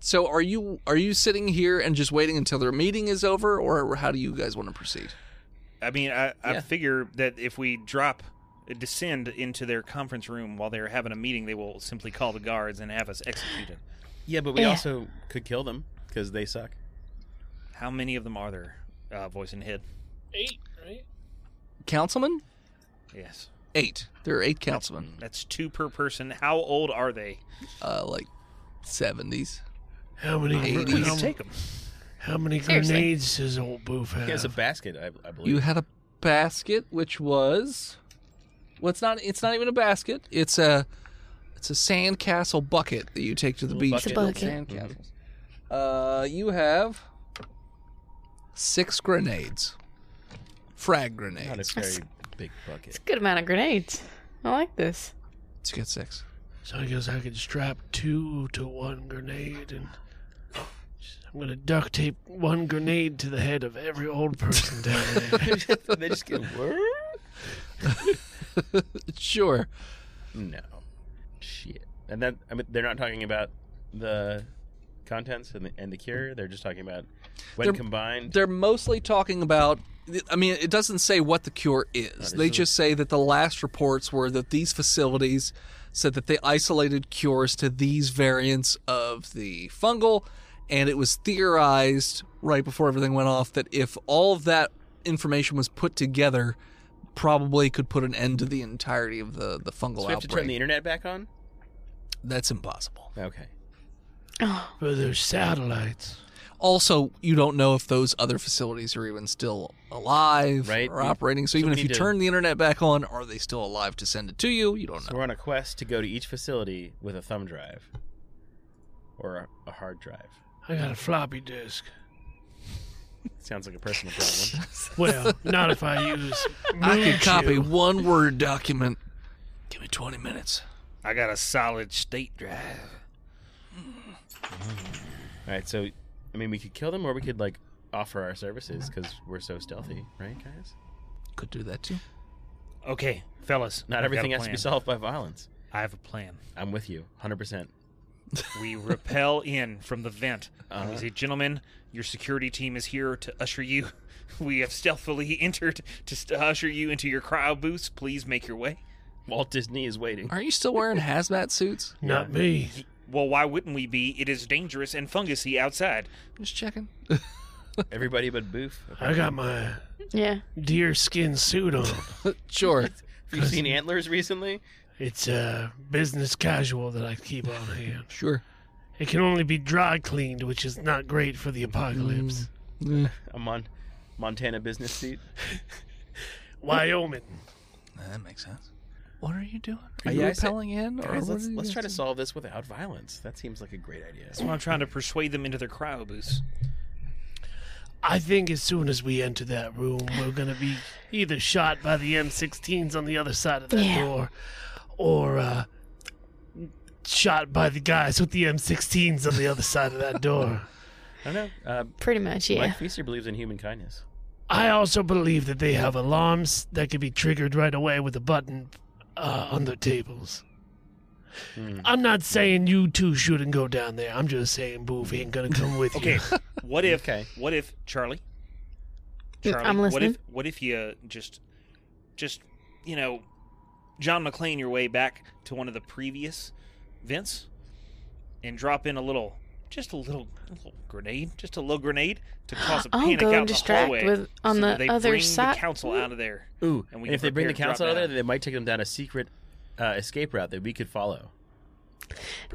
So are you are you sitting here and just waiting until their meeting is over, or how do you guys want to proceed? I mean, I, I Yeah. figure that if we drop, uh, descend into their conference room while they're having a meeting, they will simply call the guards and have us executed. Yeah, but we Yeah. also could kill them because they suck. How many of them are there? Uh, voice in head. Eight, right? Councilman? Yes. Eight. There are eight councilmen. That's two per person. How old are they? Uh, like seventies. How many? Eighties. how many- How many Seriously. grenades does old Boof have? He has a basket, I, I believe. You had a basket, which was well, it's not it's not even a basket. It's a it's a sandcastle bucket that you take to the beach. bucket. It's a bucket. Sandcastles. Uh, you have six grenades, frag grenades. Not a very big bucket. Good amount of grenades. I like this. Let's get six. So I guess I could strap two to one grenade, and I'm gonna duct tape one grenade to the head of every old person down there. they just get sure. No. Shit. And that I mean, they're not talking about the contents and the, and the cure. They're just talking about when They're- combined. They're mostly talking about. I mean, it doesn't say what the cure is. They just say that the last reports were that these facilities said that they isolated cures to these variants of the fungal, and it was theorized right before everything went off that if all of that information was put together, probably could put an end to the entirety of the the fungal So we have to outbreak. turn the internet back on. That's impossible. Okay. For their satellites. Also, you don't know if those other facilities are even still alive Right. or operating. So, So even we if you need to- turn the internet back on, are they still alive to send it to you? You don't know. So we're on a quest to go to each facility with a thumb drive or a, a hard drive. I got a floppy disk. Sounds like a personal problem. Well, not if I use. I Moon could copy Chew. one word document. Give me 20 minutes. I got a solid state drive. All right. So, I mean, we could kill them or we could like offer our services because we're so stealthy, right, guys? Could do that too. Okay, fellas. I've Not got everything a has to be plan. solved by violence. I have a plan. I'm with you, hundred percent. We repel in from the vent. And we Uh-huh. say, gentlemen, your security team is here to usher you. We have stealthily entered to st- usher you into your cryo booths. Please make your way. Walt Disney is waiting. Aren't you still wearing hazmat suits? Not me. Well, why wouldn't we be? It is dangerous and fungusy outside. Just checking. Everybody but Boof. I got my yeah deer skin suit on. sure. Have you seen antlers recently? It's uh, business casual that I keep on hand. Sure. It can only be dry cleaned, which is not great for the apocalypse. A Mon- Montana business seat. Wyoming. That makes sense. What are you doing? Yeah, Are you I said- repelling in? Or Guys, what let's are you let's try to guys solve this without violence. That seems like a great idea. That's why I'm trying to persuade them into their cryobooths. I think as soon as we enter that room, we're going to be either shot by the M16s on the other side of that Yeah. door or uh, shot by the guys with the M16s on the other side of that door. I don't know. Uh, Pretty much, yeah. Mike Feaster believes in human kindness. I also believe that they have alarms that can be triggered right away with a button uh, on their tables. I'm not saying you two shouldn't go down there. I'm just saying Boof ain't gonna come with Okay, you. what if? What if Charlie? Mm, Charlie, I'm What if? listening. What if you just, just, you know, John McClane your way back to one of the previous vents, and drop in a little, just a little, a little grenade, just a little grenade to cause a Oh, panic go out and in the distract hallway. with- on so the that they other bring side- the council out of there. Ooh, and, can if they bring the prepare to council drop out of down. there, they might take them down a secret uh, escape route that we could follow.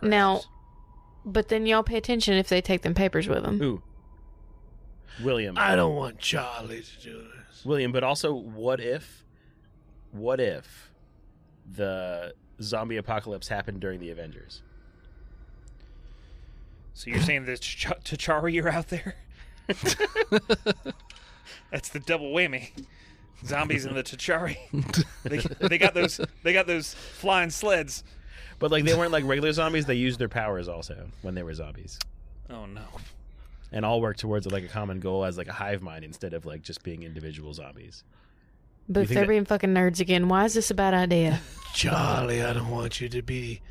Now, but then y'all pay attention if they take them papers with them. Ooh. William. I don't want Charlie to do this. William, but also, what if, what if, the zombie apocalypse happened during the Avengers? So you're saying that Ch- T'Chari are out there? That's the double whammy. Zombies and the T'Chari. They, they got those. They got those flying sleds. But like they weren't like regular zombies; they used their powers also when they were zombies, Oh no. and all worked towards like a common goal as like a hive mind instead of like just being individual zombies. But You if think they're that- being fucking nerds again, why is this a bad idea? Charlie, I don't want you to be.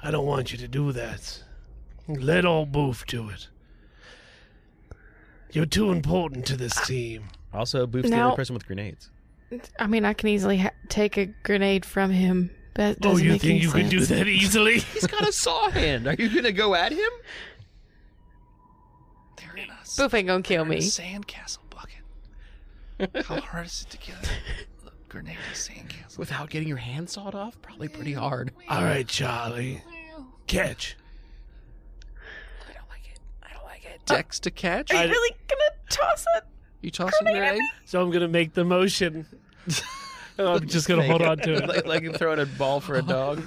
I don't want you to do that. Let old Boof do it. You're too important to this team. Also, Boof's the Now- only person with grenades. I mean, I can easily ha- take a grenade from him. That Oh, doesn't you make think any you can do sense. that easily? He's got a saw hand. Are you gonna go at him? Boof ain't gonna kill doing? me. Sandcastle bucket. How hard is it to get a grenade in a sandcastle? Without getting your hand sawed off, probably pretty hard. All right, Charlie. Catch. Dex to catch? I- gonna toss it? You tossing a grenade? So I'm gonna make the motion. And I'm just gonna hold on to it. like, like throwing a ball for a dog.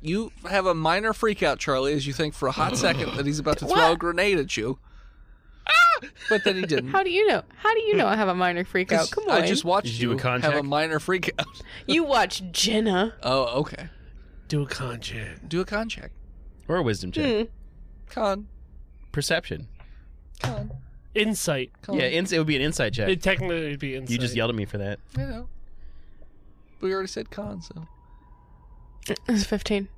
You have a minor freak out, Charlie, as you think for a hot second that he's about to throw a grenade at you. Ah! But then he didn't. How do you know? How do you know I have a minor freak out? Come on. I just watched Did you do a have a contact? minor freak out. You watch Jenna. Oh, okay. Do a con check. Do a con check. or a wisdom check, Con. perception. Insight. Oh. Yeah, ins- it would be an insight check. It technically would be insight. you just yelled at me for that. You know. We already said con, so. It's 15.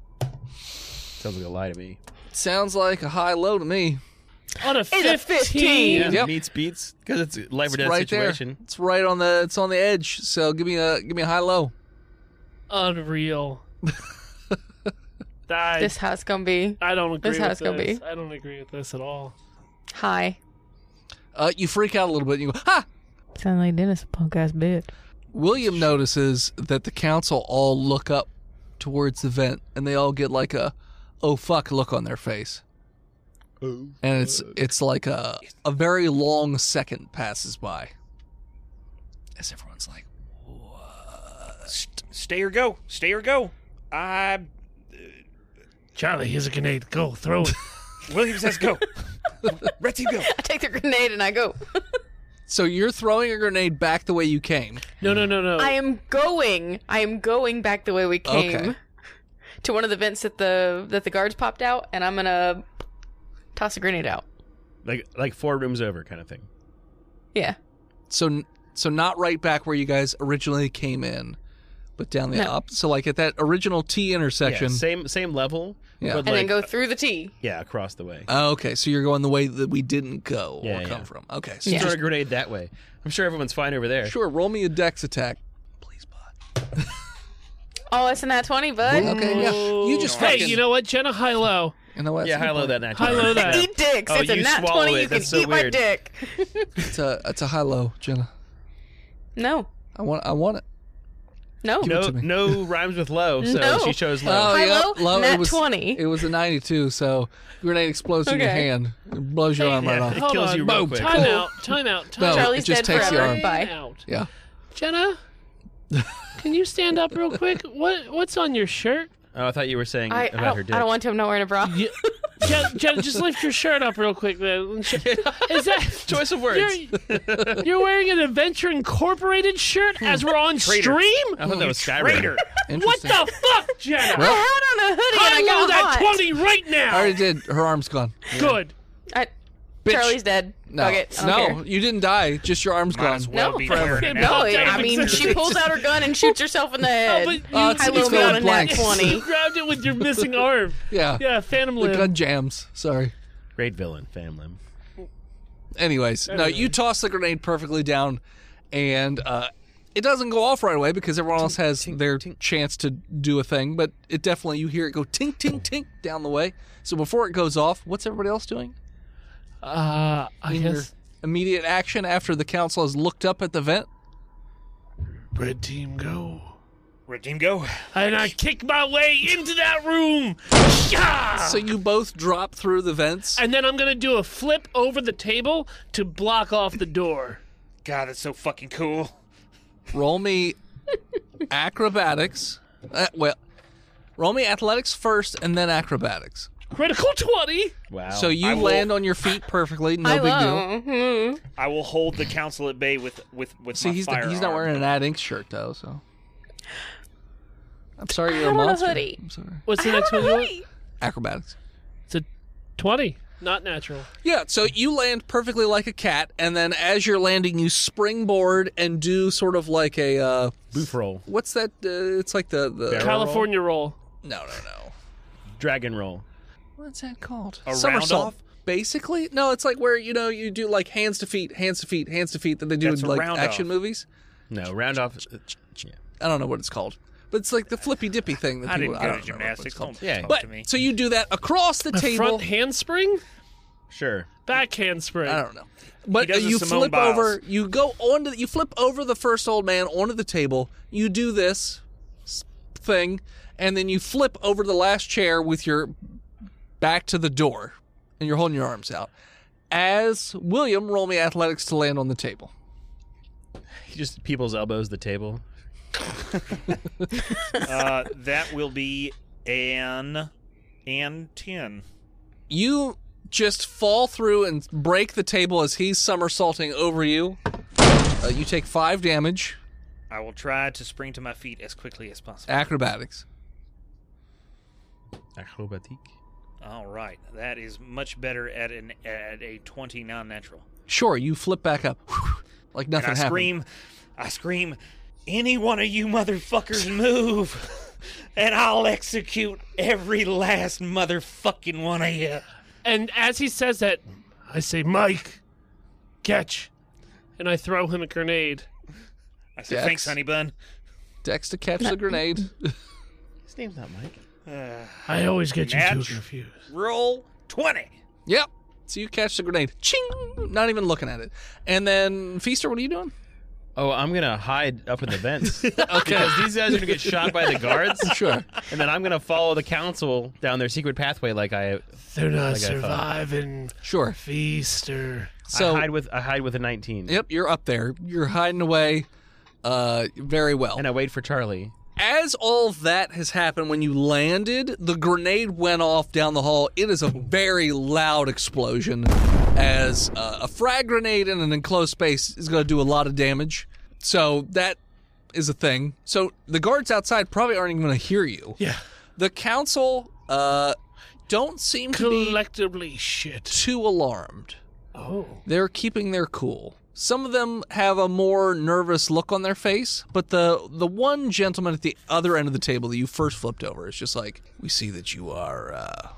Sounds like a lie to me. Sounds like a high low to me. on a It's a 15. fifteen. Yep. meets beats because it's a life or It's death right situation. there. It's right on the it's on the edge. So give me a give me a high low. Unreal. I, This house gonna be I don't agree this with how it's gonna this. be. I don't agree with this at all. high. Uh, you freak out a little bit and you go, ha! Sound like Dennis, a punk ass bitch. William notices that the council all look up towards the vent and they all get like a oh fuck look on their face. And it's it's like a a very long second passes by. As everyone's like, St- stay or go. Stay or go. I. Charlie, here's a grenade. Go, throw it. Williams says go. Red team go. I take the grenade and I go. So you're throwing a grenade back the way you came. No, no, no, no. I am going. I am going back the way we came Okay. to one of the vents that the that the guards popped out, and I'm gonna toss a grenade out. Like like four rooms over kind of thing. Yeah. So so not right back where you guys originally came in, but down the No. up. So like at that original T intersection. Yeah, same same level. Yeah. But And like, then go through the T. yeah, across the way. Oh, okay, so you're going the way that we didn't go Yeah, or yeah. come from. Okay, so Just Yeah. throw a grenade that way. I'm sure everyone's fine over there. sure, roll me a dex attack. Please, bud. Oh, it's an at twenty, bud. Okay, yeah. You just hey, Oh. fucking you know what? Jenna Hilo. You know what? Yeah, It's a good high-low point. that natural. High-low that. Eat dicks. Oh, it's a you nat swallow 20. it. You That's can so eat my weird. dick. It's a it's a high low, Jenna. No. I want I want it. No. Give it No, to me. no rhymes with low, so No. she chose Oh, low. yeah, High-low, low. nat it was, 20. It was a 92, so grenade explodes in your Okay. hand. It blows your arm right yeah, off. it kills on, you real boom. quick. Time out. Time out. Time No, Charlie's it just dead takes forever. your arm. Bye. out. Yeah. Jenna, can you stand up real quick? What What's on your shirt? Oh, I thought you were saying I, I, about her don't, dick. I don't want to. I'm not wearing a bra. Jenna, Jenna just lift your shirt up real quick. Then is that Choice of words. You're, you're wearing an Adventure Incorporated shirt as we're on stream. I thought that was Skyrim. Traitor. What Interesting. the fuck, Jenna? I had on a hoodie and I I know got that hot. twenty right I now. already did. Her arm's gone. Good. I, Bitch. Charlie's dead. No, Fuck it. I no, don't care. you didn't die. Just your arm's Might gone. as well Um, No. be wearing Fucking an No, Now it, I David's mean, she existence. pulls out her gun and shoots herself in the head. but you- Uh, it's- I it's will be going on a nat blanks. 20. You grabbed it with your missing arm. Yeah. Yeah, Phantom The Limb. gun jams. Sorry. Great villain, Phantom Limb. Anyways, no, you toss the grenade perfectly down, and uh, it doesn't go off right away because everyone else has their chance to do a thing. But it definitely you hear it go tink tink tink down the way. So before it goes off, what's everybody else doing? Uh, I In your guess immediate action after the council has looked up at the vent. Red team go. Red team go. and I kick my way into that room. Ah. So you both drop through the vents. And then I'm gonna do a flip over the table to block off the door. God, that's so fucking cool. Roll me acrobatics. Uh, well, roll me athletics first, and then acrobatics. Critical twenty. Wow. So you I will- land on your feet perfectly. No I big deal. will. Mhm. I will hold the council at bay with with with See, my he's firearm. he's not wearing an ad ink shirt though, so. I'm sorry, you're I a want a monster. hoodie. I'm sorry. What's the I next had one? a you want? hoodie. Acrobatics. It's a twenty. Not natural. Yeah, so you land perfectly like a cat, and then as you're landing, you springboard and do sort of like a uh, boof roll, what's that? Uh, it's like the the Barrel roll? California roll. no no no. dragon roll. What's that called? A Somersault. round off? Basically, no. It's like where you know you do like hands to feet, hands to feet, hands to feet that they do That's in a like round action off. movies. No, round off. Yeah. I don't know what it's called, but it's like the flippy dippy thing that I people. didn't go don't to remember what it's gymnastics. called. Don't Yeah. talk But to me. so you do that across the table. Front handspring. Sure. Back handspring. I don't know. But He does a you Simone flip Biles. over, you go onto, you flip over the first old man onto the table. You do this s- thing, and then you flip over the last chair with your back to the door, and you're holding your arms out. As William, roll me athletics to land on the table. He just people's elbows the table. uh, that will be an and ten. You just fall through and break the table as he's somersaulting over you. Uh, you take five damage. I will try to spring to my feet as quickly as possible. Acrobatics. Acrobatique. Uh, All right, that is much better at an at a twenty non-natural. Sure, you flip back up, like nothing and I happened. scream, I scream, any one of you motherfuckers move, and I'll execute every last motherfucking one of you. And as he says that, I say, Mike, catch. And I throw him a grenade. I said, Dex. thanks, honey bun. Dex to catch the grenade. His name's not Mike. Uh, I always get you too Natch. confused. roll twenty. Yep. So you catch the grenade. Ching! Not even looking at it. And then Feaster, what are you doing? Oh, I'm gonna hide up in the vents. okay. Because these guys are gonna get shot by the guards, Sure. and then I'm gonna follow the council down their secret pathway. Like I, They're not Like I thought. surviving. Sure. Feaster. So I hide with I hide with a 19. Yep, you're up there. You're hiding away uh very well. And I wait for Charlie. As all that has happened when you landed, the grenade went off down the hall. It is a very loud explosion as uh, a frag grenade in an enclosed space is going to do a lot of damage. So that is a thing. So the guards outside probably aren't even going to hear you. Yeah. The council uh, don't seem to be Collectively shit. too alarmed. Oh. They're keeping their cool. Some of them have a more nervous look on their face, but the the one gentleman at the other end of the table that you first flipped over is just like, "We see that you are uh,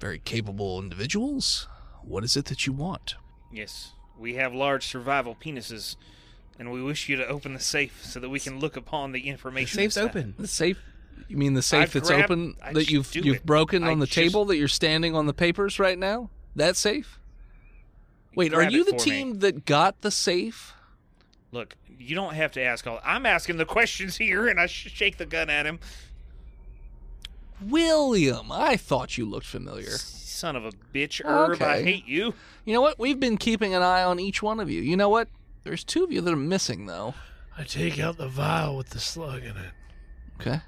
very capable individuals. What is it that you want?" Yes, we have large survival penises, and we wish you to open the safe so that we can look upon the information. Safe's inside. open. The safe You mean the safe I've that's grabbed- open I that just you've do you've it. broken I on the just- table that you're standing on the papers right now? That safe? Wait, are Grab you it the for me. team that got the safe? Look, you don't have to ask all. I'm asking the questions here, and I sh- shake the gun at him. William, I thought you looked familiar. Son of a bitch, Herb. I Okay. hate you. You know what? We've been keeping an eye on each one of you. You know what? There's two of you that are missing though. I take out the vial with the slug in it. Okay.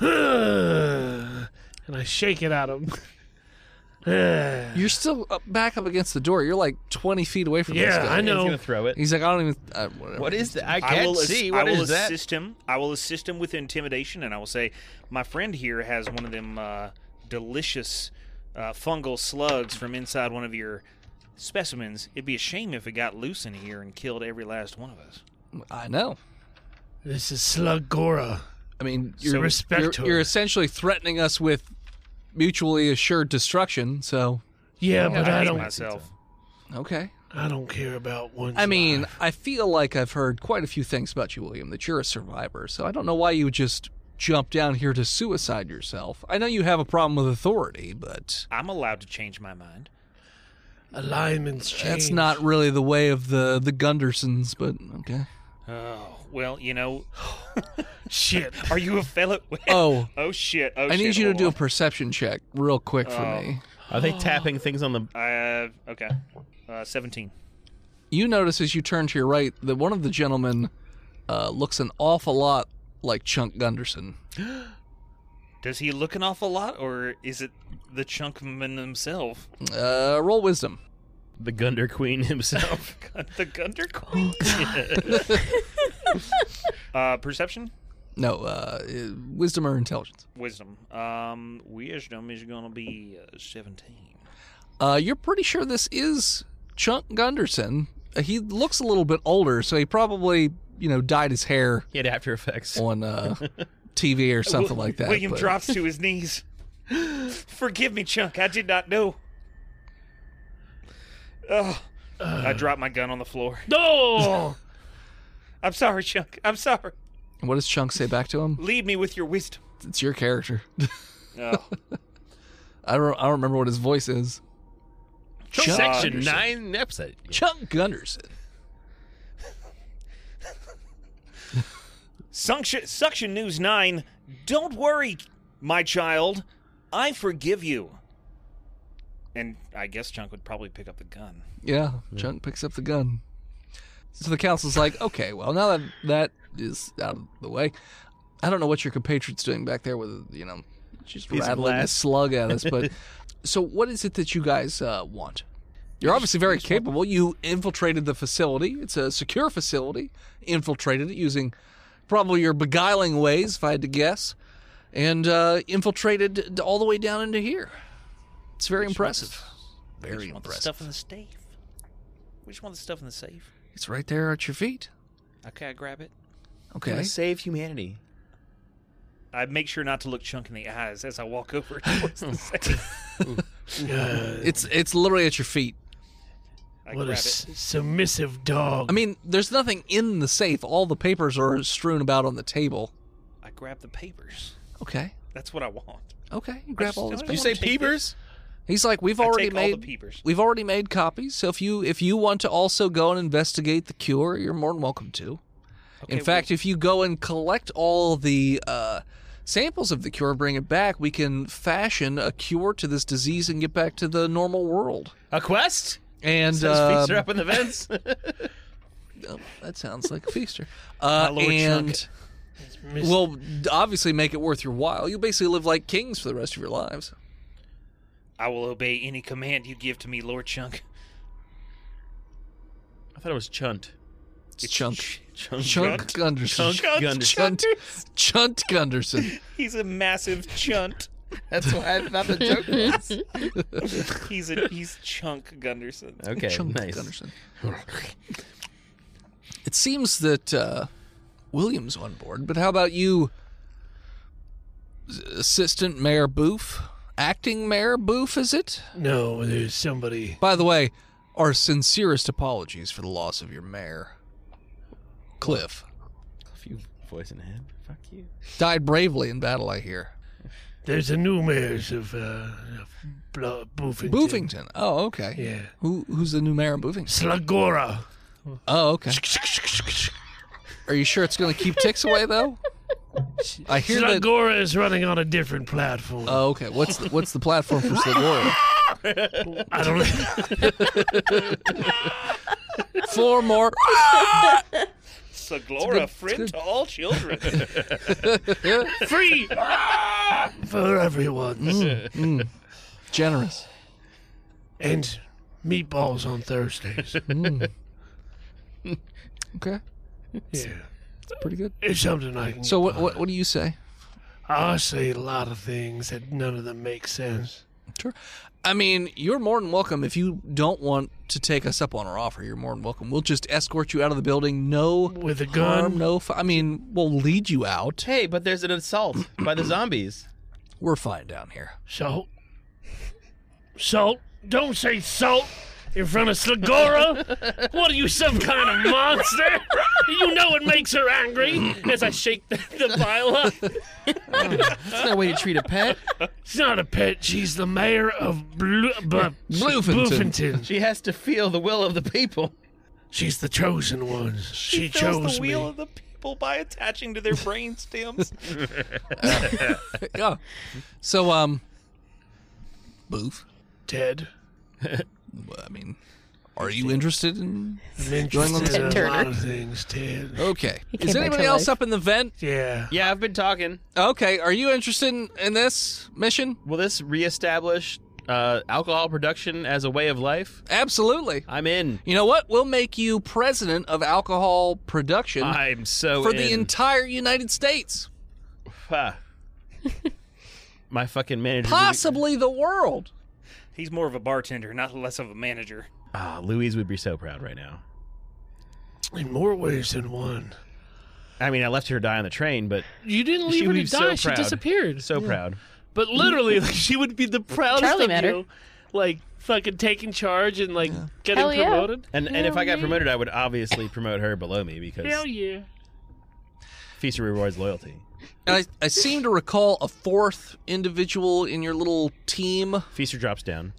and I shake it at him. yeah, You're still up, back up against the door. You're like 20 feet away from this guy. I know. throw it. He's like, I don't even. Uh, whatever. What is that? I I can't will, ass- see. I What will is that? assist him. I will assist him with intimidation, and I will say, "My friend here has one of them uh, delicious uh, fungal slugs from inside one of your specimens. It'd be a shame if it got loose in here and killed every last one of us." I know. This is Slugora. I mean, So you're, respect you're, to you're her. essentially threatening us with mutually assured destruction. So, Yeah, but I hate don't. myself. okay. I don't care about one. I mean, I feel like I've heard quite a few things about you, William, that you're a survivor. So I don't know why you just jump down here to suicide yourself. I know you have a problem with authority, but I'm allowed to change my mind. a lineman's change. that's not really the way of the the Gundersons. But okay. Oh well, you know. shit. Are you a fellow? Oh. oh shit! Oh, I need shit, you to hold do a on. perception check real quick for Oh. me. Are they tapping things on the? Uh, okay. Uh, 17. You notice as you turn to your right that one of the gentlemen uh, looks an awful lot like Chunk Gunderson. Does he look an awful lot, or is it the Chunkman himself? Uh, roll wisdom. The Gunder Queen himself. the Gunder Oh, Queen? uh, perception? No, uh, uh, wisdom or intelligence. Wisdom. Um, wisdom is going to be uh, 17. Uh, you're pretty sure this is Chunk Gunderson. Uh, he looks a little bit older, so he probably you know dyed his hair he had after effects. on uh, TV or something Wi- like that. William but- drops to his knees. Forgive me, Chunk. I did not know. Ugh. I dropped my gun on the floor. No. I'm sorry, Chunk. I'm sorry. What does Chunk say back to him? Lead me with your wisdom. It's your character. Oh. I don't, I don't remember what his voice is. Chunk Section Gunderson. nine episode. Chunk Gunderson. Suction, Suction News 9, don't worry, my child. I forgive you. And I guess Chunk would probably pick up the gun. Yeah, Chunk picks up the gun. So the council's like, okay, well, now that that is out of the way, I don't know what your compatriot's doing back there with, you know, she's Piece of rattling a glass. slug at us. But so what is it that you guys uh, want? You're obviously very capable. You infiltrated the facility. It's a secure facility. Infiltrated it using probably your beguiling ways, if I had to guess, and uh, infiltrated d- all the way down into here. It's very impressive. Which Very one the impressive. stuff in the safe? Which one the stuff in the safe? It's right there at your feet. Okay, I grab it. Okay. save humanity. I make sure not to look Chunk in the eyes as I walk over towards the safe. It's it's literally at your feet. I What grab a it. s- submissive dog. I mean, there's nothing in the safe. All the papers are strewn about on the table. I grab the papers. Okay. That's what I want. Okay. You grab just all his don't know. papers. You say Take peepers? He's like, we've I already take all made the papers. we've already made copies. So if you if you want to also go and investigate the cure, you're more than welcome to. in Okay, fact, if you go and collect all the uh, samples of the cure, bring it back, we can fashion a cure to this disease and get back to the normal world. A quest? And Those Um, uh, feasts are up in the vents. oh, that sounds like a feaster. Uh, Lord Chunk. and. Well, d- obviously, make it worth your while. You basically live like kings for the rest of your lives. I will obey any command you give to me, Lord Chunk. I thought it was chunt. It's Chunk. Chunk. Chunk Gunderson. Chunk Gunderson. Chunt, Chunt Gunderson. He's a massive chunt. That's why I thought the joke was. He's a he's Chunk Gunderson. Okay, Chunk nice. Gunderson. It seems that uh, William's on board, but how about you, S- Assistant Mayor Boof? Acting Mayor Boof, is it? no, there's somebody. By the way, our sincerest apologies for the loss of your mayor, Cliff. Voice in hand. Fuck you. Died bravely in battle, I hear. There's a new mayors of, uh, of Blo- Boofington. Boofington. Oh, okay. Yeah. Who who's the new mayor of Boofington? Slagora. Oh, okay. Are you sure it's going to keep ticks away though? I hear that. Slagora is running on a different platform. Oh, okay. What's the, what's the platform for Slagora? I don't. Four more. Saglora, friend to all children. Free for everyone. Mm, mm. Generous. And meatballs on Thursdays. Mm. Okay. Yeah, It's pretty good. it's something I can. So what, what what do you say? I say a lot of things that none of them make sense. Sure. I mean, you're more than welcome. If you don't want to take us up on our offer, you're more than welcome. We'll just escort you out of the building. No, with a harm, gun. no. F- I mean, we'll lead you out. Hey, but there's an assault by the zombies. We're fine down here. Salt. Salt. Don't say salt in front of Slagora. what are you, some kind of monster? you know it makes her angry as I shake the, the pile up. That's not way to treat a pet. She's not a pet. She's the mayor of Blu- Bu- Bloofenton. Boofenton. She has to feel the will of the people. She's the chosen one. She, He fills chose the wheel me. of the people by attaching to their brain stems. yeah. So um, Boof. Ted. I mean, are you interested in? I'm interested Ted in a lot Turner. of things, Ted. Okay. came Is back anybody to else life. up in the vent? Yeah. Yeah, I've been talking. Okay. Are you interested in, in this mission? Will this reestablish uh, alcohol production as a way of life? Absolutely. I'm in. You know what? We'll make you president of alcohol production I'm so for in. the entire United States, Ha. My fucking manager. possibly the world. He's more of a bartender, not less of a manager. Ah, Louise would be so proud right now. In more ways than one. I mean, I left her to die on the train, but You didn't leave she her would to be die. so she proud. disappeared. So proud. But literally, like, she would be the proudest Charlie of met her. you. Like fucking taking charge and like getting Hell yeah. promoted. And and if Hell I got yeah. promoted, I would obviously promote her below me Hell because yeah. feature rewards loyalty. And I, I seem to recall a fourth individual in your little team. Feaster drops down.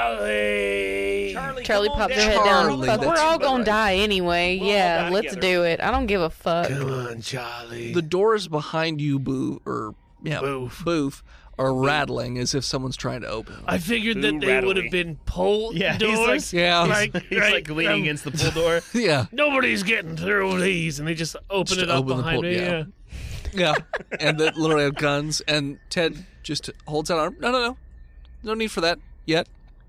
Charlie! Charlie, Charlie come on popped her down. head down. Charlie, Fuck, we're that's all gonna die anyway. We'll all yeah, die let's together. do it. I don't give a fuck. Come on, Charlie. The doors behind you, Boo, or yeah, Boof. Boof, are rattling as if someone's trying to open. I figured that Ooh, they would rattly. have been pole Yeah, he's doors. Yeah, like, He's right, like leaning um, against the pool door. yeah, Nobody's getting through these, and they just open Just it up open the behind port, me. yeah. Yeah. yeah. and they literally have guns. And Ted just holds out arm. No, no, no, no need for that yet.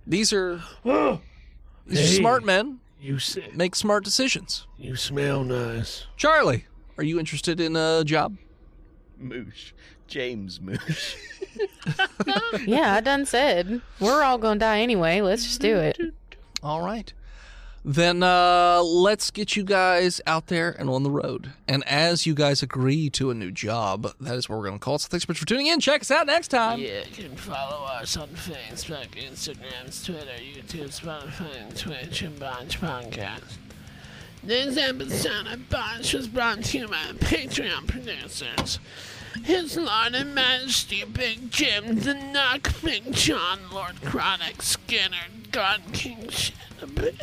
These are these are Hey. smart men. you. s- Make smart decisions. You smell nice. Charlie, are you interested in a job? Moosh. James Moosh. Yeah, I done said we're all gonna die anyway. Let's just do it. All right. Then uh, let's get you guys out there and on the road. And as you guys agree to a new job, that is what we're going to call it. So thanks so much for tuning in. Check us out next time. Yeah, you can follow us on Facebook, Instagram, Twitter, YouTube, Spotify, and Twitch, and Bunch Podcast. This episode of Bunch was brought to you by Patreon producers. His Lord and Majesty Big Jim, the Knock, Big John, Lord Chronic, Skinner, God King Shannon,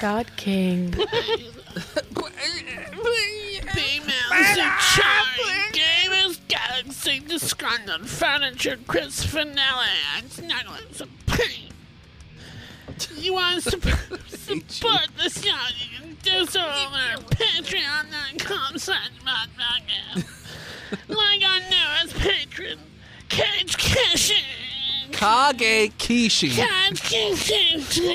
God King. Females are charming, gamers, galaxy, disgruntled furniture, Chris Finelli, and Snuggles and Pain. You want to sup- support the show, you can do so over at patreon.com slash modpodcast. Like our newest patron, Cage Cushing. Kage Kishi. Cage Cushing.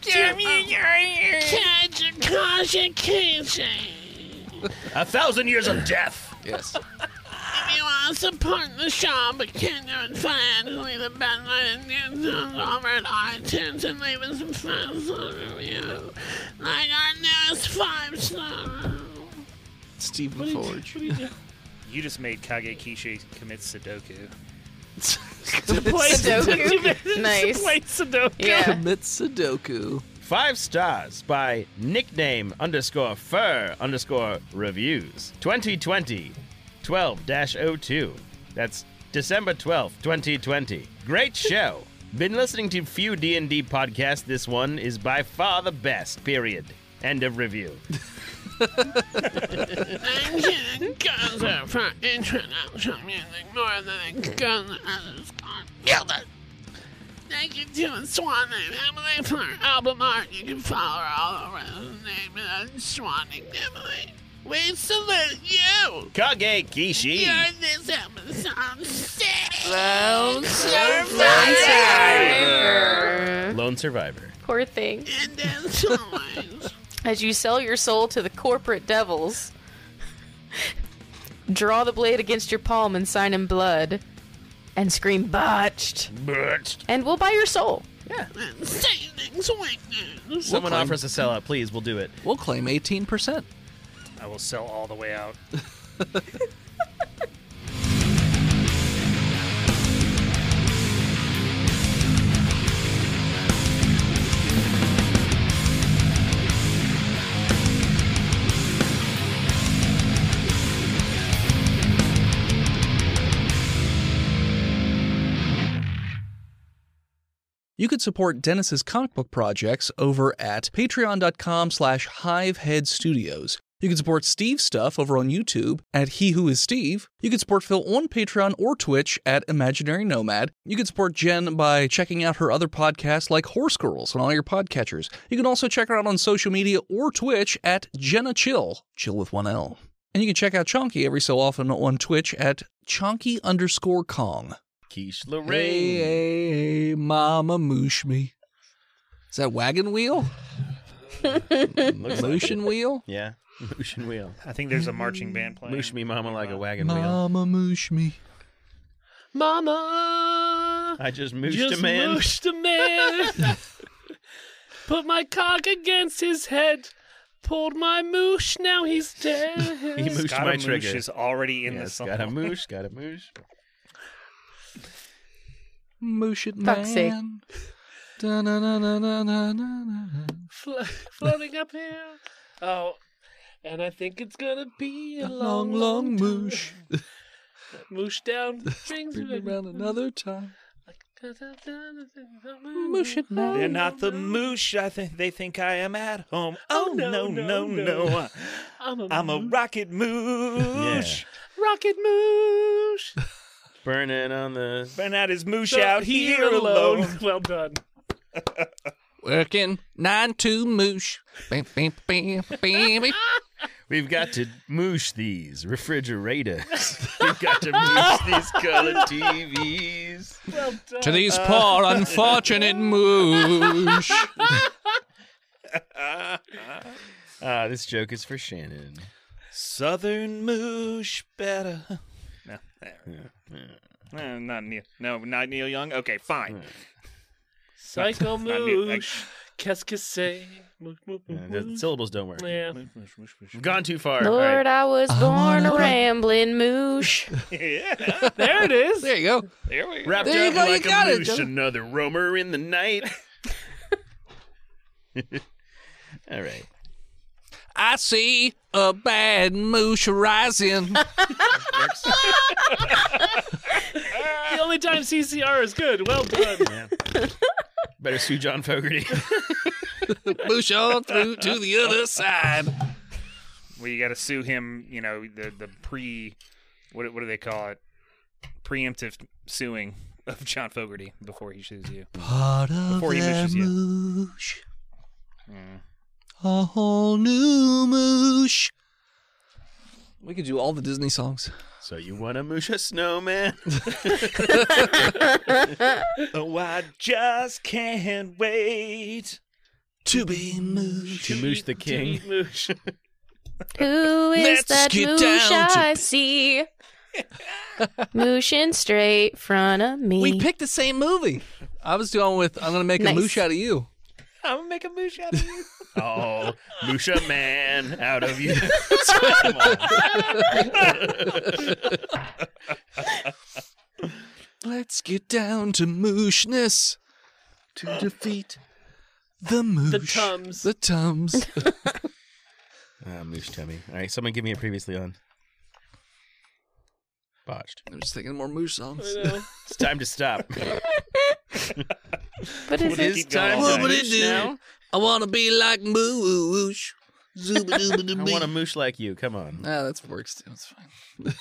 Jimmy, Cage Cushing. A thousand years of death. Yes. If you want to support the show but can't do it financially, the best way to do so is over at iTunes and leave us a five-star review. Like our newest five-star. Stephen Forge. You just made Kage Kishi commit Sudoku. Commit Sudoku. nice. Sudoku. Yeah. Sudoku. Five stars by nickname underscore fur underscore reviews 2020 12 02. That's December 12th, 2020. Great show. Been listening to few D&D podcasts. This one is by far the best, period. End of review. I'm getting Gaza for introduction music more than it goes underscore Gilda. Thank you to the Swan and Emily for her album art. You can follow her all over the name of Swan and Emily. We salute you! Kage Kishi. You're this episode six! Lone Survivor. Lone Survivor. Poor thing. And as always, as you sell your soul to the corporate devils, draw the blade against your palm and sign in blood, and scream botched, Butched. and we'll buy your soul. And savings weakness. Someone claim- offers to sell out, please. We'll do it. We'll claim 18%. I will sell all the way out. You could support Dennis's comic book projects over at patreon.com slash hivehead studios. You can support Steve's stuff over on YouTube at He Who Is Steve. You can support Phil on Patreon or Twitch at Imaginary Nomad. You can support Jen by checking out her other podcasts like Horse Girls on all your podcatchers. You can also check her out on social media or Twitch at Jenna Chill, chill with one L. And you can check out Chonky every so often on Twitch at Chonky underscore Kong. Quiche Lorraine. Hey, hey, hey, mama moosh me. Is that wagon wheel? Looks like Motion wheel? Yeah. Motion wheel. I think there's a marching band playing. Moosh me mama like a wagon wheel. Mama moosh me. Mama, I just mooshed just a man. mooshed a man. Put my cock against his head. Pulled my moosh, now he's He dead. mooshed Gotta my Moosh trigger. is already in the yes, song. gotta moosh, gotta moosh. Moosh it, Fuck's sake. man. Da-na-na-na-na-na-na-na. Flo- floating uphill. Oh, and I think it's gonna be a A long, long, long moosh. moosh down brings Bring me me round another time. Moosh it, man. They're not the moosh I think they think I am at home. Oh, Oh, no, no, no, no, no. I'm a, I'm a rocket moosh. rocket moosh. Burning on the. Been at his moosh out here alone. Well done. Working nine to moosh. Bam, bam, bam, bam, bam. We've got to moosh these refrigerators. We've got to moosh these color TVs. to these poor unfortunate moosh. Ah, this joke is for Shannon. Southern moosh better. No, there. Uh, not Neil. No, not Neil Young. Okay, fine. Psycho Not Neil- like- moosh. Qu'est-ce que c'est? Moosh, moosh, Uh, moosh, the moosh. syllables don't work. Yeah. We've gone too far. All right. Lord, I was born wanna a go- rambling moosh. yeah, There it is. There you go. there we go. Wrapped There you up go, you like got a it, moose, Joe. another roamer in the night. All right. I see a bad moosh rising. The only time CCR is good. Well done. Better sue John Fogerty. moosh on through to the other side. Well, you got to sue him. You know the the pre, what what do they call it? Preemptive suing of John Fogerty before he sues you. Part of Before he their mooshes you. moosh. A whole new moosh. We could do all the Disney songs. so you want to moosh a snowman? Oh, I just can't wait. To be moosh. to moosh the king. Moosh. Who is Let's that get moosh down to I see? Mooshing straight front of me. We picked the same movie. I was doing with I'm gonna make Nice. a moosh out of you. I'm gonna make a moosh out of you. Oh, moosh a man out of you. Let's get down to mooshness. to defeat The moosh. The tums. The tums. Ah, moosh tummy. All right, someone give me a previously on. Botched. I'm just thinking more moosh songs. It's time to stop. But is it- Keep going. Moosh now? I want to be like moosh. I want to moosh like you. Come on. Ah, that works too. It's fine.